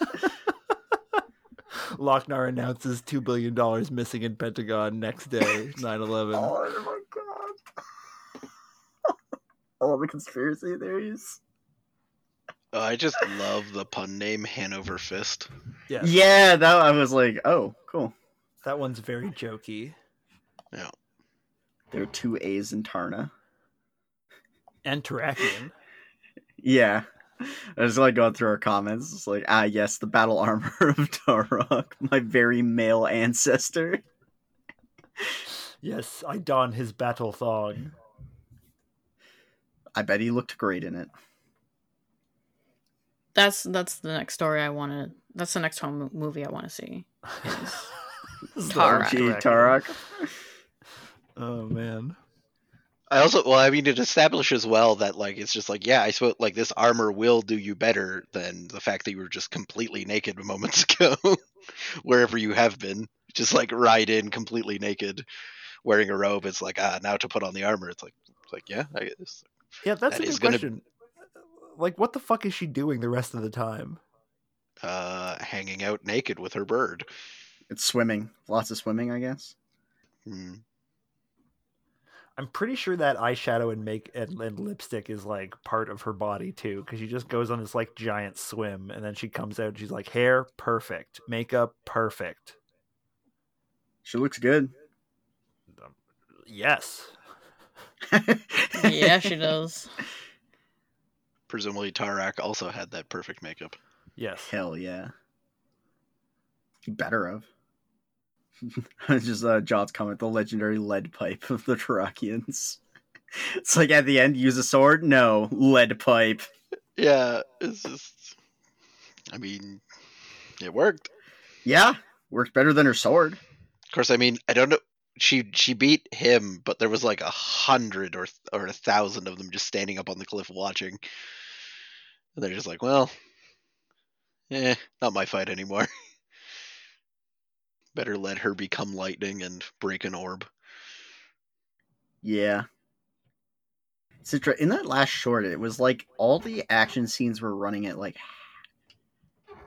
Lochnar announces $2 billion missing in Pentagon next day, 9 11. Oh my god. All the conspiracy theories. Oh, I just love the pun name Hanover Fist. Yeah, Yeah, that I was like, oh, cool. that one's very jokey. There are two A's in Tarna. And Terrakian. Yeah. I was like going through our comments. It's like, ah, yes, the battle armor of Tarok, my very male ancestor. yes, I don his battle thong. I bet he looked great in it. that's that's the next story I want to. That's the next home movie I want to see. Tarok. Gee, Tarok. Oh man. I also, well, I mean, it establishes well that like it's just like, yeah, I suppose like this armor will do you better than the fact that you were just completely naked moments ago, wherever you have been, just like ride in completely naked, wearing a robe. It's like ah, now to put on the armor. It's like, it's like yeah, I guess. Yeah, that's That a is good gonna- question. Like, what the fuck is she doing the rest of the time? uh, hanging out naked with her bird. It's swimming. Lots of swimming, I guess. Hmm. I'm pretty sure that eyeshadow and make and, and lipstick is like part of her body too, because she just goes on this like giant swim and then she comes out and she's like, hair perfect, makeup perfect. She looks good. Yes. yeah, she does. Presumably, Tarak also had that perfect makeup. Yes. Hell yeah. You better have. It's Just uh, John's comment, the legendary lead pipe of the Tarakians. It's like at the end, use a sword. No, lead pipe. Yeah, it's just. I mean, it worked. Yeah, worked better than her sword. Of course, I mean, I don't know. She she beat him, but there was like a hundred or or a thousand of them just standing up on the cliff watching. And they're just like, well, eh, not my fight anymore. Better let her become lightning and break an orb. Yeah. Citra, in that last short, it was like all the action scenes were running at like,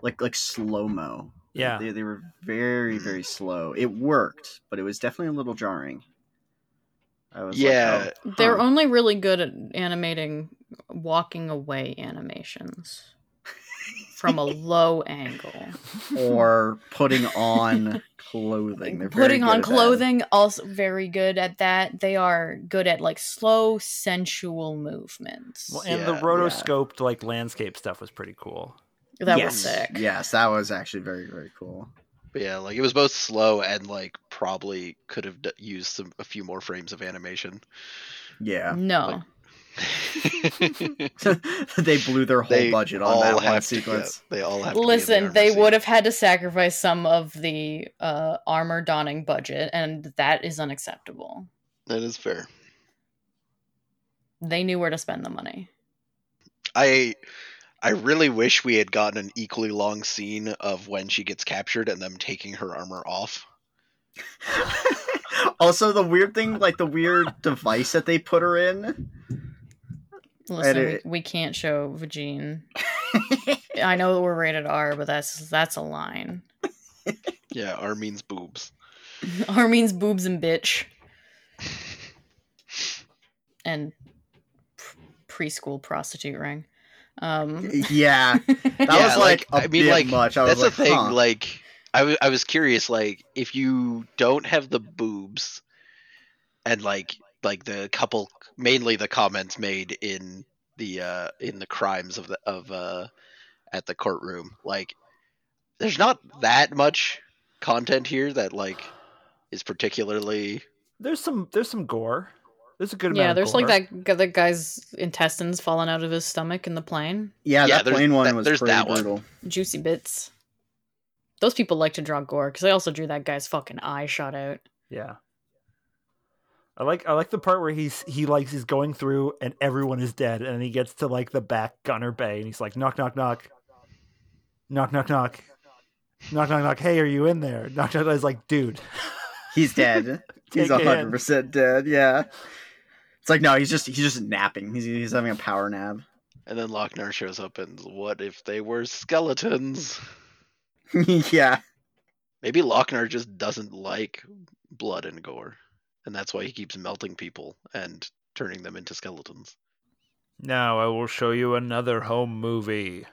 like like slow mo. Yeah. they, they were very very slow. It worked, but it was definitely a little jarring. I was like, Yeah. oh, They're huh. only really good at animating walking away animations from a low angle. or putting on clothing. They're very Putting good on at that. clothing, also very good at that. They are good at like slow, sensual movements. Well, and Yeah, the rotoscoped like landscape stuff was pretty cool. That yes. was sick. Yes, that was actually very very cool. But yeah, like it was both slow and like probably could have d- used some a few more frames of animation. Yeah, No. they blew their whole They budget on all that one have to- sequence. yeah, they all have. to be in the Listen, armor they scene. would have had to sacrifice some of the uh, armor donning budget, and that is unacceptable. That is fair. They knew where to spend the money. I I really wish we had gotten an equally long scene of when she gets captured and them taking her armor off. also, the weird thing, like the weird device that they put her in. Listen, Edit. we, we can't show Vagine. I know that we're rated R, but that's that's a line. Yeah, R means boobs. R means boobs and bitch. And p- preschool prostitute ring. Um, yeah, that Yeah, was like, a bit much. I was that's like, the thing. huh. Like, I wa- I was curious. Like, if you don't have the boobs, and like like the couple, mainly the comments made in the uh in the crimes of the of uh at the courtroom, like there's not that much content here that like is particularly There's some there's some gore. There's a good amount. yeah, of there's like gore. that g- that guy's intestines falling out of his stomach in the plane. yeah, yeah, that there's plain one that- was there's pretty that one. brutal. Juicy bits. Those people like to draw gore because I also drew that guy's fucking eye shot out. Yeah. I like I like the part where he's he likes he's going through and everyone is dead and he gets to like the back gunner bay and he's like knock knock knock knock knock knock knock knock knock hey are you in there knock knock knock is like dude He's dead. he's Take a hundred hint. percent dead. Yeah. It's like no, he's just he's just napping. He's he's having a power nap. And then Lochner shows up and what if they were skeletons? yeah. Maybe Lochner just doesn't like blood and gore. And that's why he keeps melting people and turning them into skeletons. now I will show you another home movie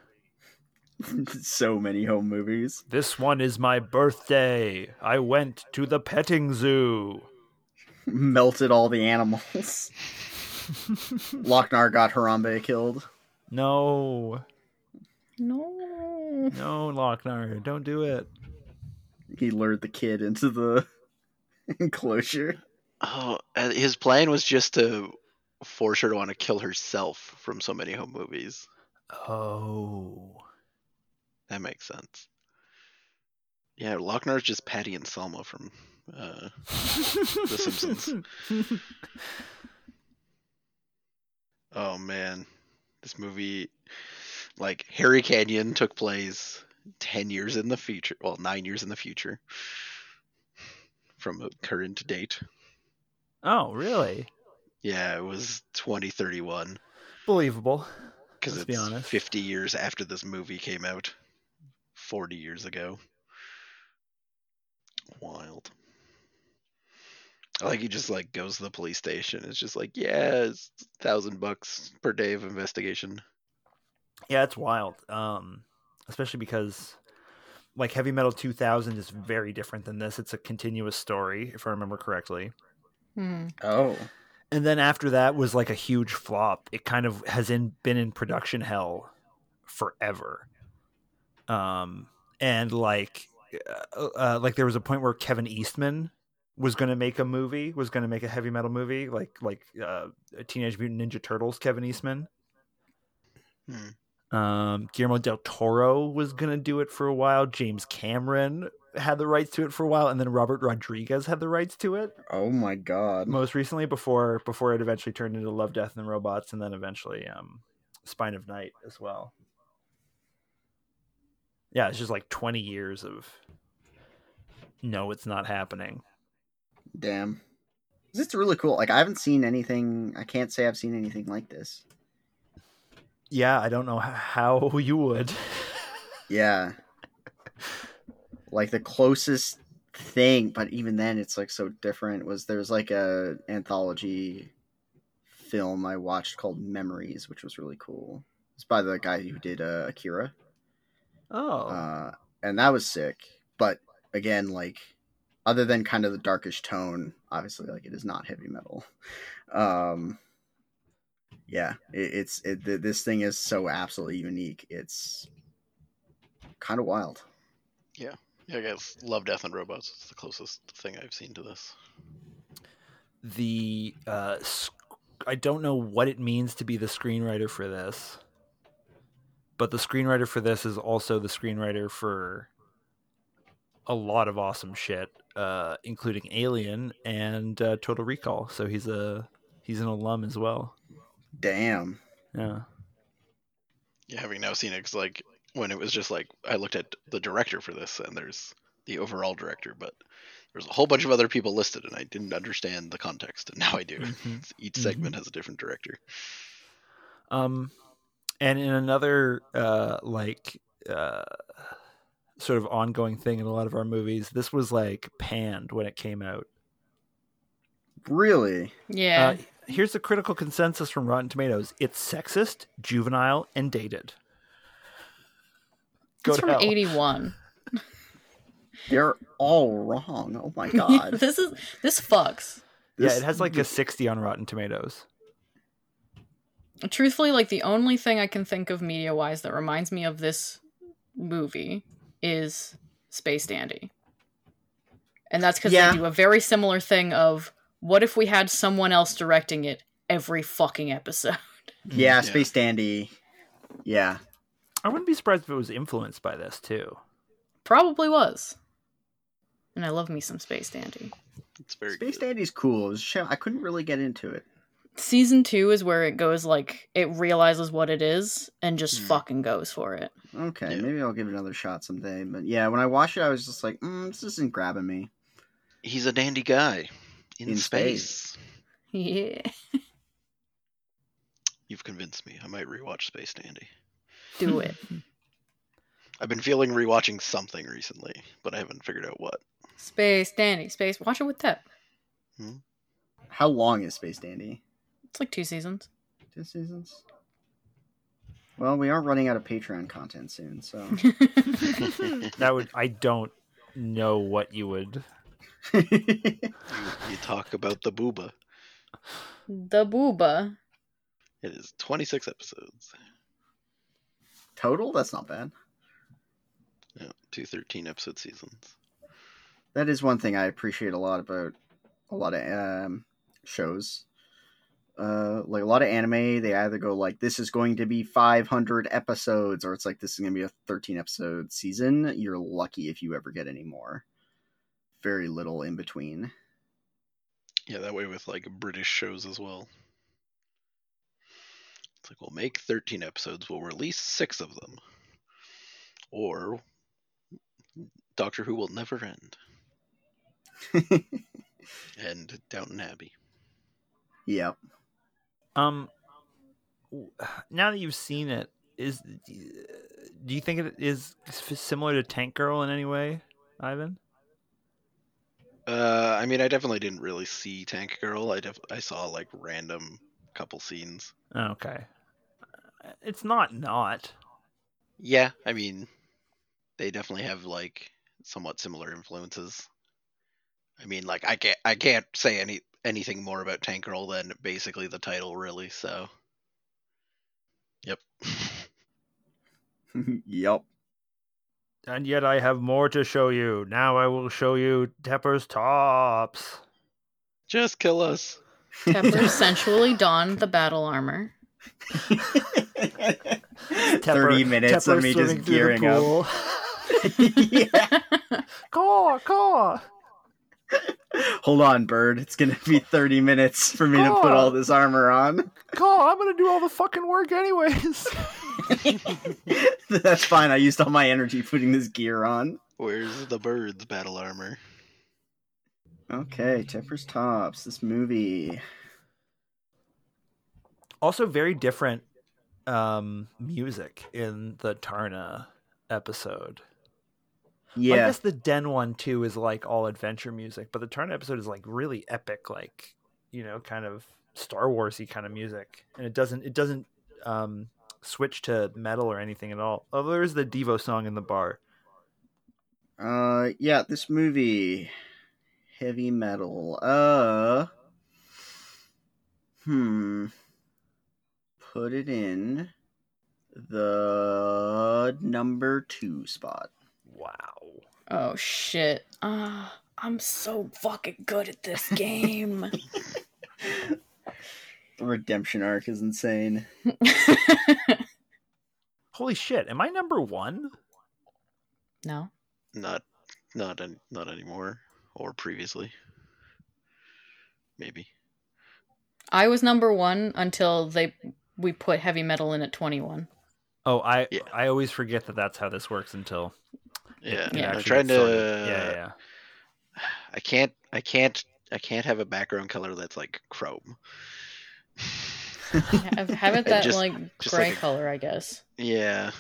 so many home movies. this one is my birthday I went to the petting zoo Melted all the animals. Lochnar got Harambe killed. no No. no Lochnar don't do it He lured the kid into the enclosure. Oh, and his plan was just to force her to want to kill herself from so many home movies. oh That makes sense. Yeah, Lochner's just Patty and Selma from uh, The Simpsons. Oh man, this movie, like Harry Canyon, took place ten years in the future. Well, nine years in the future from a current date. oh, really? Yeah, it was 2031 Believable. because Let's be it's honest. 50 years after this movie came out, 40 years ago. Wild. I like he just like goes to the police station. It's just like, yeah, it's thousand bucks per day of investigation. Yeah, it's wild. Um, especially because like Heavy Metal 2000 is very different than this. It's a continuous story, if I remember correctly. Hmm. Oh. And then after that was like a huge flop. It kind of has in been in production hell forever. Um, and like, uh, uh, like there was a point where Kevin Eastman was going to make a movie, was going to make a heavy metal movie, like like uh, Teenage Mutant Ninja Turtles, Kevin Eastman. Um, Guillermo del Toro was going to do it for a while. James Cameron had the rights to it for a while, and then Robert Rodriguez had the rights to it Oh my god. most recently before before it eventually turned into Love, Death, and Robots, and then eventually um, Spine of Night as well. Yeah, it's just like twenty years of no, it's not happening. Damn. It's really cool. Like I haven't seen anything. I can't say I've seen anything like this. Yeah, I don't know h- how you would. Yeah. like the closest thing, but even then it's like so different was there's like a anthology film I watched called Memories, which was really cool. It's by the guy who did uh, Akira. Oh, Uh, and that was sick. But again, like other than kind of the darkish tone, obviously like it is not heavy metal. Um yeah, it, it's it, th- this thing is so absolutely unique. It's kind of wild. Yeah, I guess Love, Death, and Robots is the closest thing I've seen to this. the uh, sc- I don't know what it means to be the screenwriter for this, but the screenwriter for this is also the screenwriter for a lot of awesome shit, uh, including Alien and uh, Total Recall. So he's a he's an alum as well. Damn. Yeah. Yeah, having now seen it, 'cause, like when it was just like I looked at the director for this, and there's the overall director, but there's a whole bunch of other people listed, and I didn't understand the context, and now I do. Mhm. Each segment has a different director. Um, and in another uh, like uh, sort of ongoing thing in a lot of our movies, this was like panned when it came out. Really? Yeah. Uh, here's the critical consensus from Rotten Tomatoes: it's sexist, juvenile, and dated. Go it's to from hell. 81. They're all wrong. Oh my god. this is this fucks. Yeah, it has like a sixty on Rotten Tomatoes. truthfully like the only thing i can think of media wise that reminds me of this movie is space dandy and that's because Yeah. they do a very similar thing of what if we had someone else directing it every fucking episode yeah, Yeah. Space Dandy. Yeah. I wouldn't be surprised if it was influenced by this too. probably was and i love me some space dandy It's very Space good. Dandy's cool. It was a shame- I couldn't really get into it. season two is where it goes like it realizes what it is and just Hmm. fucking goes for it Okay, Yeah. maybe I'll give it another shot someday. But yeah, when I watched it, I was just like, mm, this isn't grabbing me. He's a dandy guy in, In space. yeah You've convinced me. I might rewatch Space Dandy. do it I've been feeling rewatching something recently, but I haven't figured out what. space dandy space watch it with that How long is Space Dandy? it's like two seasons Two seasons? Well, we are running out of Patreon content soon, so. That would I don't know what you would. You, you talk about the booba. the booba It is 26 episodes. Total? That's not bad. No, two 13 episode seasons. That is one thing I appreciate a lot about a lot of um, shows. Uh, like a lot of anime, they either go like this is going to be 500 episodes, or it's like this is going to be a 13 episode season. You're lucky if you ever get any more. Very little in between. Yeah, that way with like British shows as well. It's like we'll make 13 episodes, we'll release six of them. Or Doctor Who will never end. and Downton Abbey. Yep. Um, w- now that you've seen it, is do you think it is similar to Tank Girl in any way, Ivan? Uh, I mean, I definitely didn't really see Tank Girl. I def- I saw like random couple scenes. Oh, Okay, it's not not. Yeah, I mean, they definitely have like somewhat similar influences. I mean, like I can't I can't say any anything more about Tank Girl than basically the title, really. So, yep. yep. And yet I have more to show you. Now I will show you Tepper's tops. Just kill us. Tepper sensually donned the battle armor. 30 minutes of me just gearing up. yeah. Caw, caw. Hold on, bird. It's gonna be 30 minutes for me to put all this armor on. Caw, I'm going to do all the fucking work anyways. That's fine. I used all my energy putting this gear on. Where's the bird's battle armor? Okay, Tepper's Tops. This movie. also, very different um, music in the Tarna episode. Well, I Yeah, guess the Den one too is like all adventure music, but the Tarn episode is like really epic, like you know, kind of Star Warsy kind of music, and it doesn't it doesn't um, switch to metal or anything at all. Oh, there is the Devo song in the bar. Uh, yeah, this movie, heavy metal. Uh, hmm. Put it in the number two spot. Wow. Oh shit. Ah, I'm so fucking good at this game. Redemption arc is insane. Holy shit! Am I number one? no. Not, not, an, not anymore, or previously. Maybe. I was number 1 until they we put heavy metal in at 21. Oh, I Yeah. I always forget that that's how this works until it- Yeah, it Yeah. I'm actually trying gets sorted. to. Yeah, yeah, yeah. I can't. I can't. I can't have a background color that's like chrome. Have, have it that Just- like just gray like a- color, I guess. Yeah.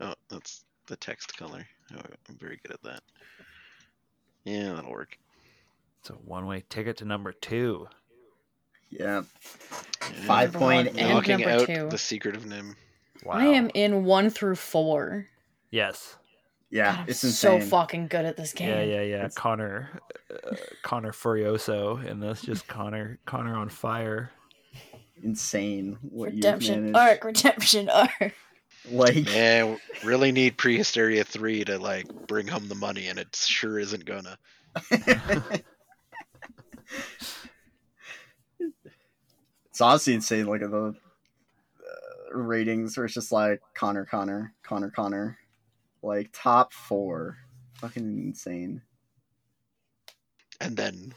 Oh, that's the text color. Oh, I'm very good at that. Yeah, that'll work. It's a one way ticket to number two. Yeah, Yeah. five Number one point and- eight. knocking number out two. the secret of Nim. Wow. I am in 1 through 4. Yes. Yeah, God, I'm it's so insane. fucking good at this game. Yeah, yeah, yeah. Connor, uh, Connor Furioso, and that's just Connor, Connor on fire. insane what you've redemption managed. arc, redemption arc. Like, Yeah, we really need Prehysteria three to like bring home the money, and it sure isn't gonna. it's honestly insane. Like the uh, ratings where it's just like Connor, Connor, Connor, Connor, like top four. Fucking insane. And then,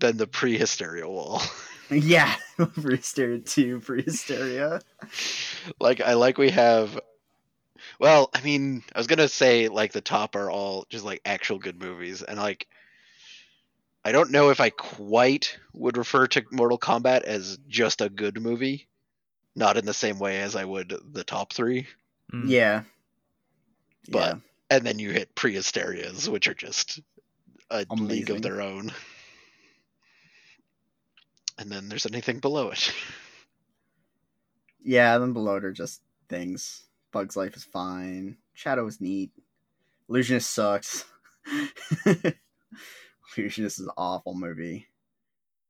then the Prehysteria wall. Yeah, for hysteria two, for hysteria. like I like we have. Well, I mean, I was gonna say like the top are all just like actual good movies, and like I don't know if I quite would refer to Mortal Kombat as just a good movie, not in the same way as I would the top three. Mm. Yeah, But- And then you hit Prehisterias, which are just a league Amazing. of their own. And then there's anything below it. yeah, yeah. Then below it are just things. Bugs Life is fine. Shadow is neat. Illusionist sucks. Illusionist is an awful movie.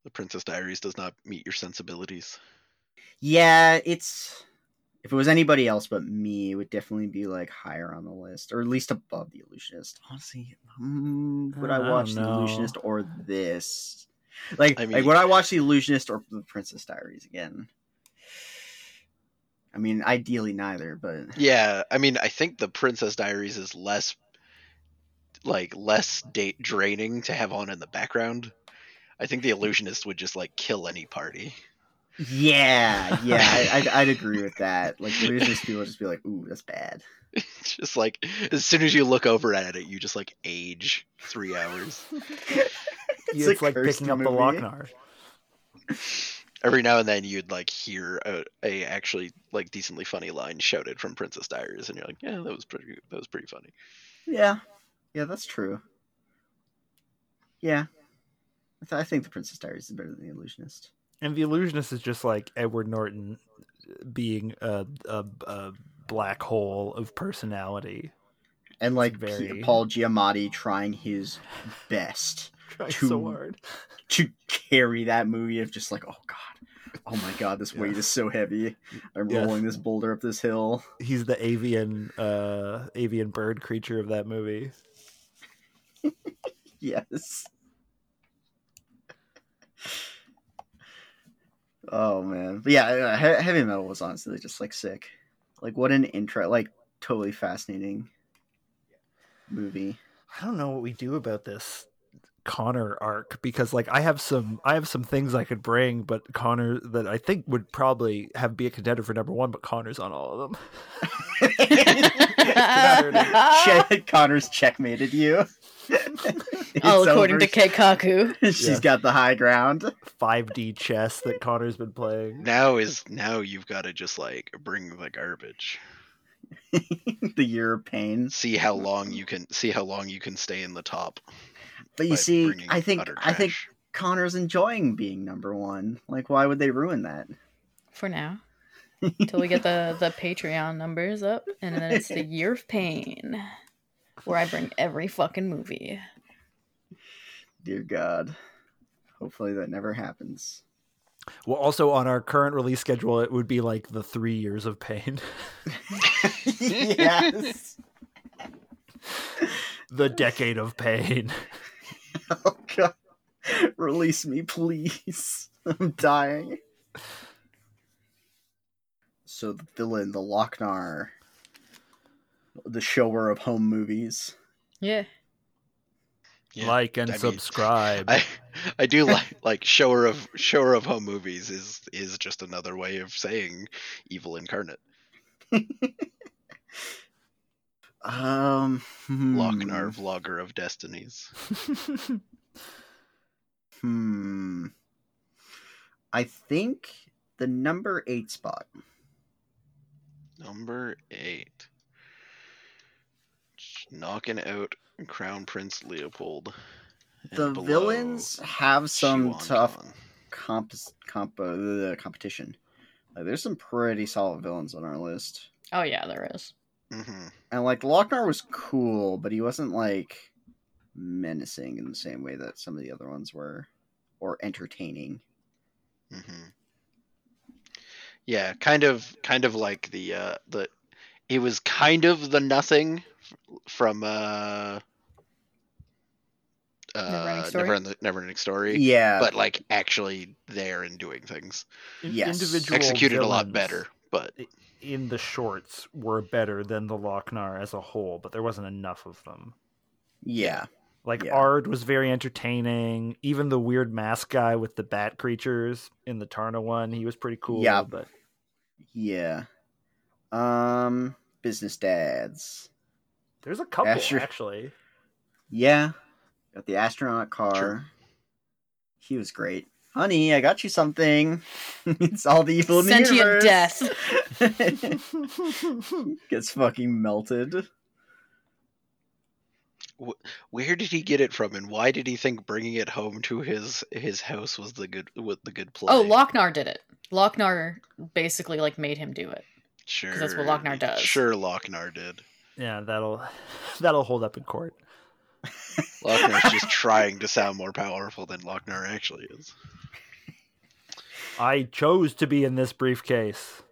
the Princess Diaries does not meet your sensibilities. Yeah, it's if it was anybody else but me, it would definitely be like higher on the list, or at least above the illusionist. Honestly, mm, would Uh, I I don't watch the know. illusionist or this? Like, I like mean- would I watch the illusionist or the Princess Diaries again? I mean, ideally neither, but Yeah, I mean, I think the Princess Diaries is less like less date draining to have on in the background. I think the illusionist would just like kill any party. yeah, yeah, I, I'd, I'd agree with that. Like, the illusionist people would just be like, "Ooh, that's bad." It's just like as soon as you look over at it, you just like age three hours. it's, a like cursed picking up the movie. Lochnar. Every now and then, you'd like hear a, a actually like decently funny line shouted from Princess Diaries, and you're like, yeah, that was pretty that was pretty funny. Yeah, yeah, that's true. Yeah, I, th- I think the Princess Diaries is better than the Illusionist. And the illusionist is just like Edward Norton being a, a, a black hole of personality. and like P- very- Paul Giamatti trying his best Trying Too- so hard. to carry that movie of just like, oh god, Oh my god, this Yeah. weight is so heavy. I'm Yes. rolling this boulder up this hill. He's the avian uh avian bird creature of that movie. Yes. Oh man, but yeah, uh, he- heavy metal was honestly just like sick. Like what an intro, like totally fascinating movie. I don't know what we do about this Connor arc because like I have some I have some things I could bring, but Connor that I think would probably have be a contender for number one, but Connor's on all of them. Che- Connor's checkmated you. All Oh, according to over. Keikaku. She's Yeah. got the high ground. 5D chess that Connor's been playing. Now is now you've got to just like bring the garbage. the year of pain. See how long you can see how long you can stay in the top. But you by see, bringing I think utter I think trash. Connor's enjoying being number one. Like, why would they ruin that? For now. Until we get the, the Patreon numbers up. And then it's the year of pain. Where I bring every fucking movie. Dear God, hopefully that never happens. Well, also on our current release schedule, it would be like the three years of pain. yes. the decade of pain. Oh God, release me, please. I'm dying. So the villain, the Lochnar, the shower of home movies. Yeah. Yeah, like and I mean, subscribe. I I do like like shower of shower of home movies is is just another way of saying evil incarnate. Um, hmm. Lochnar vlogger of destinies. Hmm. I think the number eight spot. Number eight. Knocking out Crown Prince Leopold. and The below villains have some Shuan tough Khan. comp, comp uh, the competition. Like, there's some pretty solid villains on our list, Oh yeah, there is. Mhm. and like Lochnar was cool, but he wasn't like menacing in the same way that some of the other ones were, or entertaining. Mhm. Yeah, kind of, kind of like the uh, the. It was kind of the nothing from uh, uh, Story? never, End- never ending story, Yeah, but like actually there and doing things, In- Yes. Dual executed a lot villains better. But In the shorts were better than the Lochnar as a whole, but there wasn't enough of them. yeah, Like Yeah. Ard was very entertaining. Even the weird mask guy with the bat creatures in the Tarna one, he was pretty cool. Yeah. but yeah. Um, business dads. there's a couple Asher- actually. Yeah. Got the astronaut car. Sure. He was great. Honey, I got you something. it's all the evil in the Sentient universe. yeah, death. Gets fucking melted. where did he get it from, and why did he think bringing it home to his his house was the good was the good play? Oh, Lochnar did it. Lochnar basically like made him do it. sure, that's what Lochnar does. Sure, Lochnar did. that'll that'll hold up in court. Lochnar's just trying to sound more powerful than Lochnar actually is. I chose to be in this briefcase.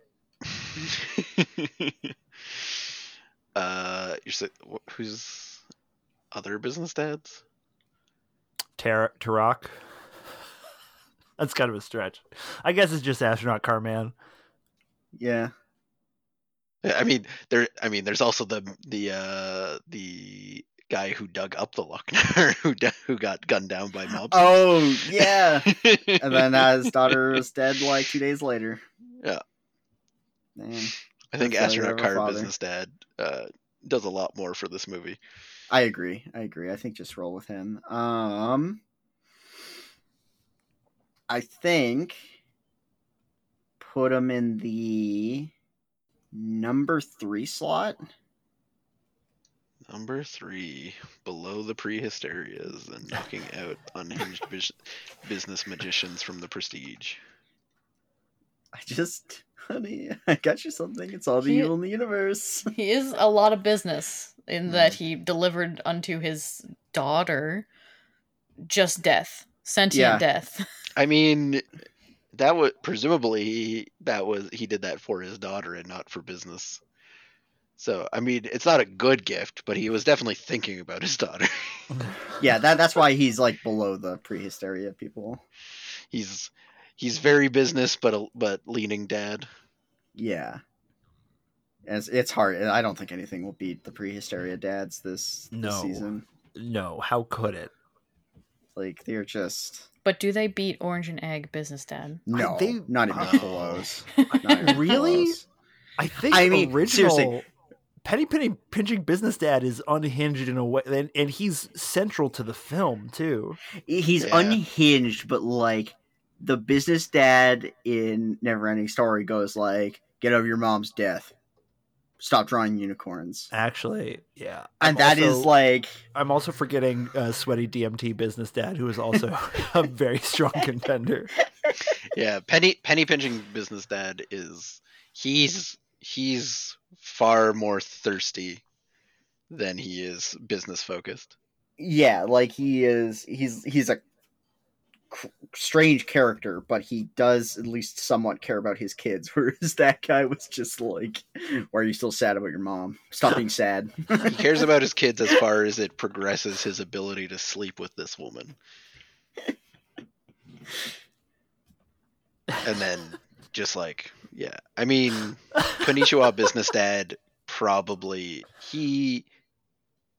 uh, you're si- wh- who's other business dads? Tar- Tarak. That's kind of a stretch. I guess it's just astronaut car man. Yeah. I mean, there. I mean, there's also the the uh, the guy who dug up the Lochnar who d- who got gunned down by mobs. Oh, yeah. and then uh, his daughter was dead like two days later. Yeah. Man, I think that's how you astronaut have a car father. business dad uh, does a lot more for this movie. I agree. I agree. I think just roll with him. Um, I think put him in the number three slot. Number three, below the pre-hysterias and knocking out unhinged bus- business magicians from the prestige. I just, honey, I got you something. It's all the He- evil in the universe. He is a lot of business in that he delivered unto his daughter just death, sentient Yeah. death. I mean, That was presumably he, that was he did that for his daughter and not for business. So I mean, it's not a good gift, but he was definitely thinking about his daughter. Yeah, that that's why he's like below the pre-hysteria people. he's he's very business, but a, but leaning dad. Yeah. And It's, it's hard. I don't think anything will beat the pre-hysteria dads this, this No. season. no, how could it? Like they're just But do they beat Orange and Egg Business Dad? no, they- not even No. close. Not even Really? close. I think I mean, original seriously. Penny Penny Pinching Business Dad is unhinged in a way, and, and he's central to the film too. He's Yeah. unhinged, but like the business dad in Neverending Story goes like, "Get over your mom's death. Stop drawing unicorns." Actually, yeah, And that is also- like I'm also forgetting uh, sweaty DMT Business Dad, who is also a very strong contender. Yeah, penny penny pinching business dad is he's he's far more thirsty than he is business focused. yeah like he is he's he's a cr- strange character but he does at least somewhat care about his kids whereas that guy was just like why are you still sad about your mom stop being sad He cares about his kids as far as it progresses his ability to sleep with this woman. And then just like yeah. I mean Konichiwa business dad probably he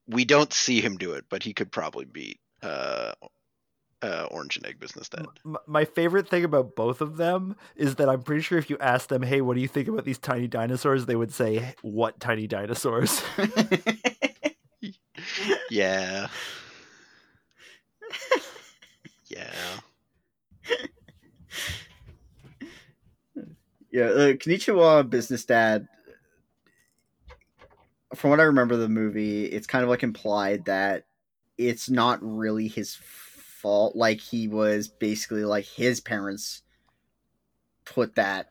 we don't see him do it, but he could probably beat uh uh orange and egg business dad. M- my favorite thing about both of them is that I'm pretty sure if you asked them, "Hey, what do you think about these tiny dinosaurs?" they would say, "What tiny dinosaurs?" Yeah. yeah. yeah uh, konnichiwa business dad from what i remember of the movie it's kind of like implied that it's not really his fault like he was basically like his parents put that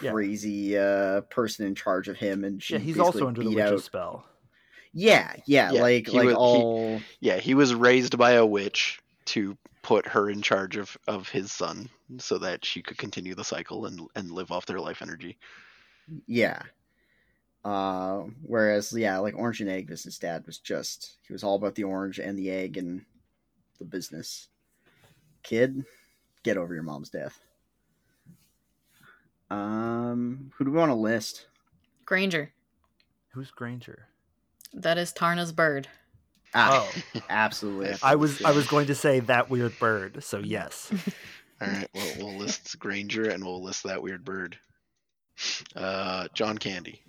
Yeah. crazy uh person in charge of him and she yeah, he's basically also under the beat witch's out spell. yeah, yeah Yeah, like he like was- he- all Yeah, he was raised by a witch to put her in charge of, of his son so that she could continue the cycle and and live off their life energy. yeah uh whereas yeah like orange and egg business dad was just he was all about the orange and the egg and the business kid get over your mom's death um who do we want to list Granger. Who's Granger? That is Tarna's bird. ah, Oh. absolutely I was I was going to say that weird bird. So yes, All right, well, we'll list Granger and we'll list that weird bird. Uh, John Candy.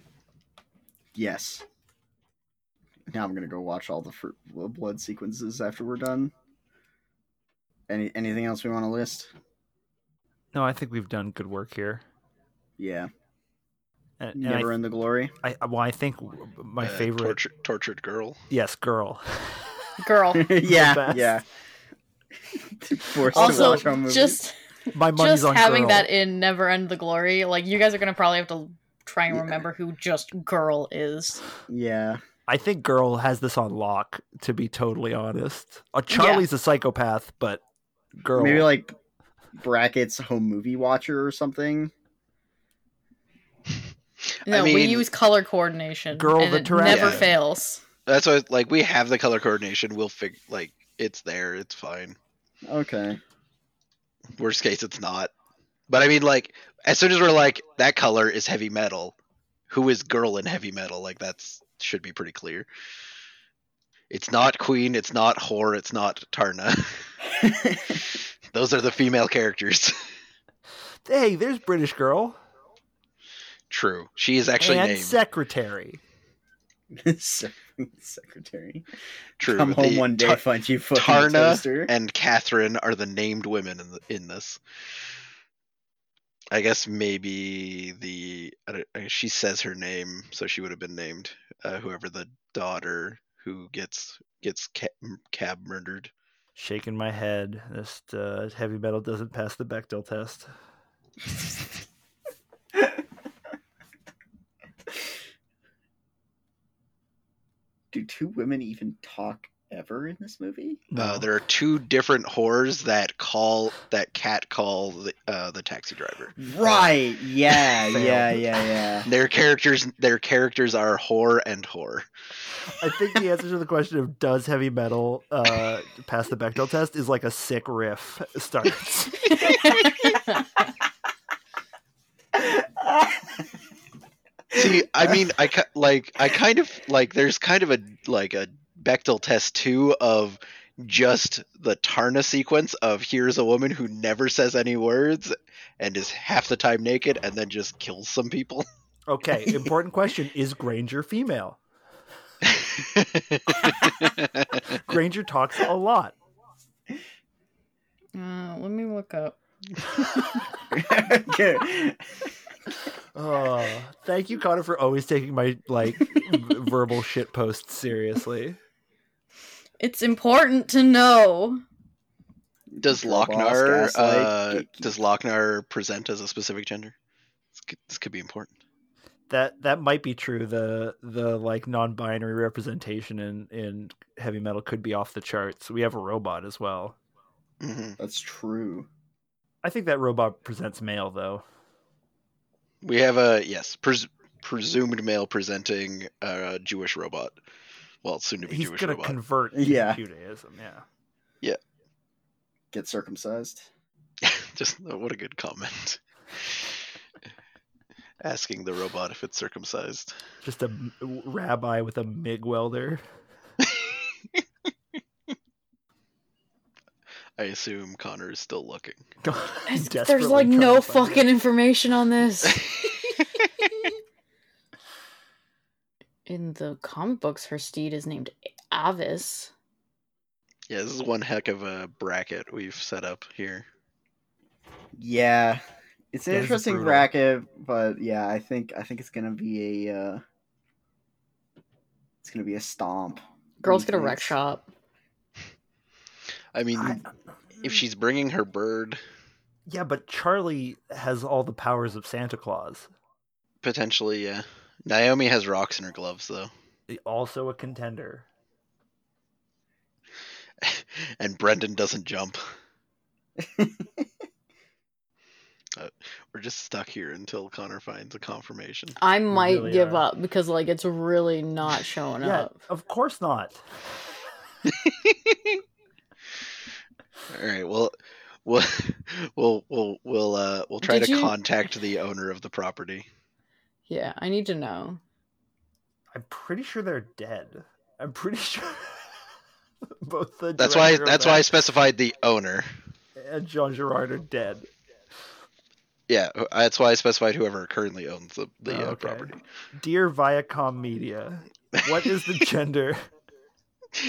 yes now i'm gonna go watch all the fruit blood sequences after we're done any anything else we want to list no, I think we've done good work here. yeah And, and I never in the glory I, I- well, I think w- my uh, favorite, tortured, tortured girl. yes, girl. Girl. yeah, best. yeah. Forced to also, watch home movies. just My money's just on having girl. that in Never End the Glory, like you guys are gonna probably have to try and Yeah. remember who just girl is. yeah, I think girl has this on lock. To be totally honest, uh, Charlie's a psychopath, but girl, maybe like brackets home movie watcher or something. No, I mean, we use color coordination. Girl and the it Tarantula. never Yeah. fails. that's what like we have the color coordination. We'll fig like it's there. It's fine. Okay, Worst case, it's not. But I mean, like, as soon as we're like, that color is heavy metal. Who is girl in heavy metal? Like, that's should be pretty clear. It's not Queen. It's not whore. It's not Tarna. Those are the female characters. hey, there's British girl True. She is actually and named. secretary. Se- secretary, True. come home The one day, Tar- find you fucking Tarna toaster. and Catherine are the named women in, the, in this. I guess maybe the I don't- I- she says her name, so she would have been named uh, whoever the daughter who gets gets ca- m- cab murdered. Shaking my head, this uh, heavy metal doesn't pass the Bechdel Uh, test. Do two women even talk ever in this movie? No. Uh, there are two different whores that call that cat call the, uh, the taxi driver. Right. Yeah. Failed. yeah. Yeah. Yeah. Their characters their characters are whore and whore. I think the answer to the question of does heavy metal uh, pass the Bechdel test is like a sick riff starts. See, I mean, I ki- like I kind of like there's kind of a like a Bechtel test too of just the Tarna sequence of here's a woman who never says any words and is half the time naked and then just kills some people. Okay, important question: Is Granger female? Granger talks a lot. Uh, let me look up. Okay. Oh, thank you, Connor, for always taking my like verbal shit posts seriously. It's important to know. does Girl boss, Lochnar gaslight, uh, geeky. does Lochnar present as a specific gender? This could, this could be important. That that might be true. The the like non-binary representation in in heavy metal could be off the charts. We have a robot as well. hmm That's true. I think that robot presents male though. We have a yes pres- presumed male presenting uh, Jewish robot. Well, soon to be He's Jewish gonna robot. convert Yeah. to Judaism. Yeah. Get circumcised. Just oh, what a good comment. Asking the robot if it's circumcised. just a m- rabbi with a MIG welder. I assume Connor is still looking. It's- Desperately There's like trying no to find fucking it. information on this. In the comic books, her steed is named Avis. Yeah, this is one heck of a bracket we've set up here. Yeah. It's an That is interesting brutal. bracket, but yeah, I think I think it's gonna be a uh, it's gonna be a stomp. Girls get a wreck Thanks. shop. I mean, I- Mm. if she's bringing her bird, yeah, but Charlie has all the powers of Santa Claus. potentially, yeah. Naomi has rocks in her gloves, though. Also a contender. and Brendan doesn't jump. Uh, we're just stuck here until Connor finds a confirmation. I might really give are. up because like it's really not showing yeah, up. of course not. All right, well, we'll we'll we'll we'll uh, we'll try Did to you- contact the owner of the property. Yeah, I need to know. I'm pretty sure they're dead. I'm pretty sure both the That's why director of that's why I that specified the owner. and Jean Girard are dead. Yeah, who- that's why I specified whoever currently owns the, the Oh, uh, okay. property. Dear Viacom Media, what is the gender?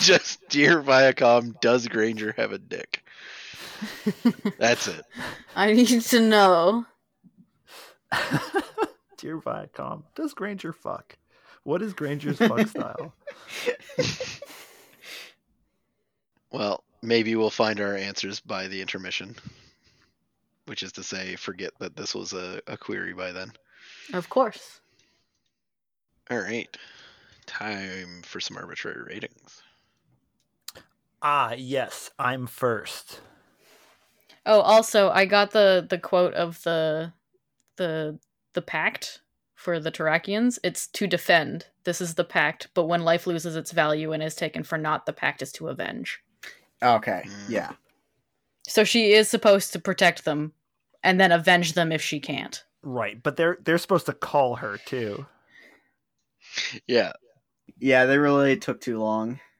Just dear Viacom, does Granger have a dick? That's it. I need to know. Dear Viacom, does Granger fuck? What is Granger's fuck style? Well, maybe we'll find our answers by the intermission. Which is to say, forget that this was a, a query by then. Of course. All right. Time for some arbitrary ratings. Ah, yes, I'm first. Oh, also, I got the the quote of the the the pact for the Tarakians. It's to defend. This is the pact, but when life loses its value and is taken for naught, the pact is to avenge. Okay. Mm. Yeah. So she is supposed to protect them and then avenge them if she can't. Right, but they're they're supposed to call her too. Yeah. Yeah, they really took too long.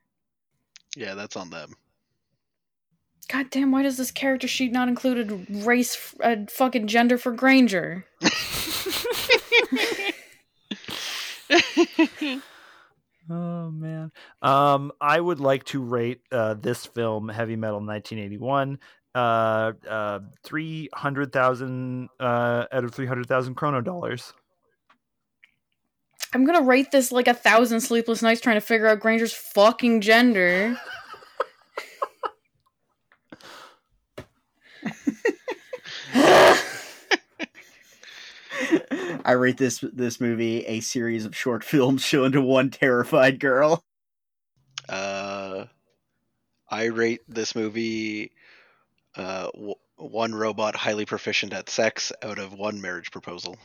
Yeah, that's on them. God damn, why does this character sheet not include a race, a fucking gender for Granger? Oh man. Um I would like to rate uh this film Heavy Metal 1981 uh uh 300,000 uh out of 300,000 chrono dollars. I'm gonna rate this like a thousand sleepless nights trying to figure out Granger's fucking gender. I rate this this movie a series of short films shown to one terrified girl. Uh, I rate this movie uh, w- one robot highly proficient at sex out of one marriage proposal.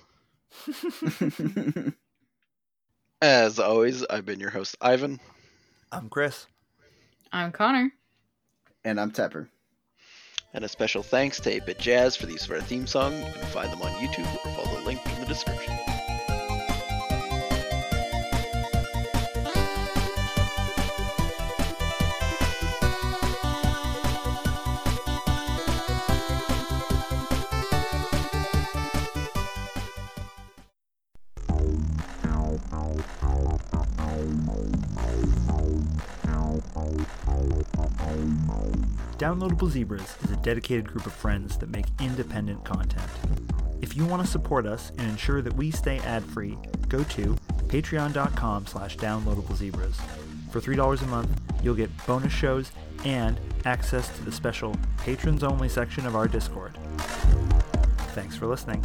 As always, I've been your host, Ivan. I'm Chris. I'm Connor. and I'm Tepper. And a special thanks to 8 Jazz for the use of our theme song. You can find them on YouTube or follow the link in the description. Downloadable Zebras is a dedicated group of friends that make independent content. If you want to support us and ensure that we stay ad-free, go to patreon.com slash downloadablezebras. For $3 a month, you'll get bonus shows and access to the special patrons-only section of our Discord. Thanks for listening.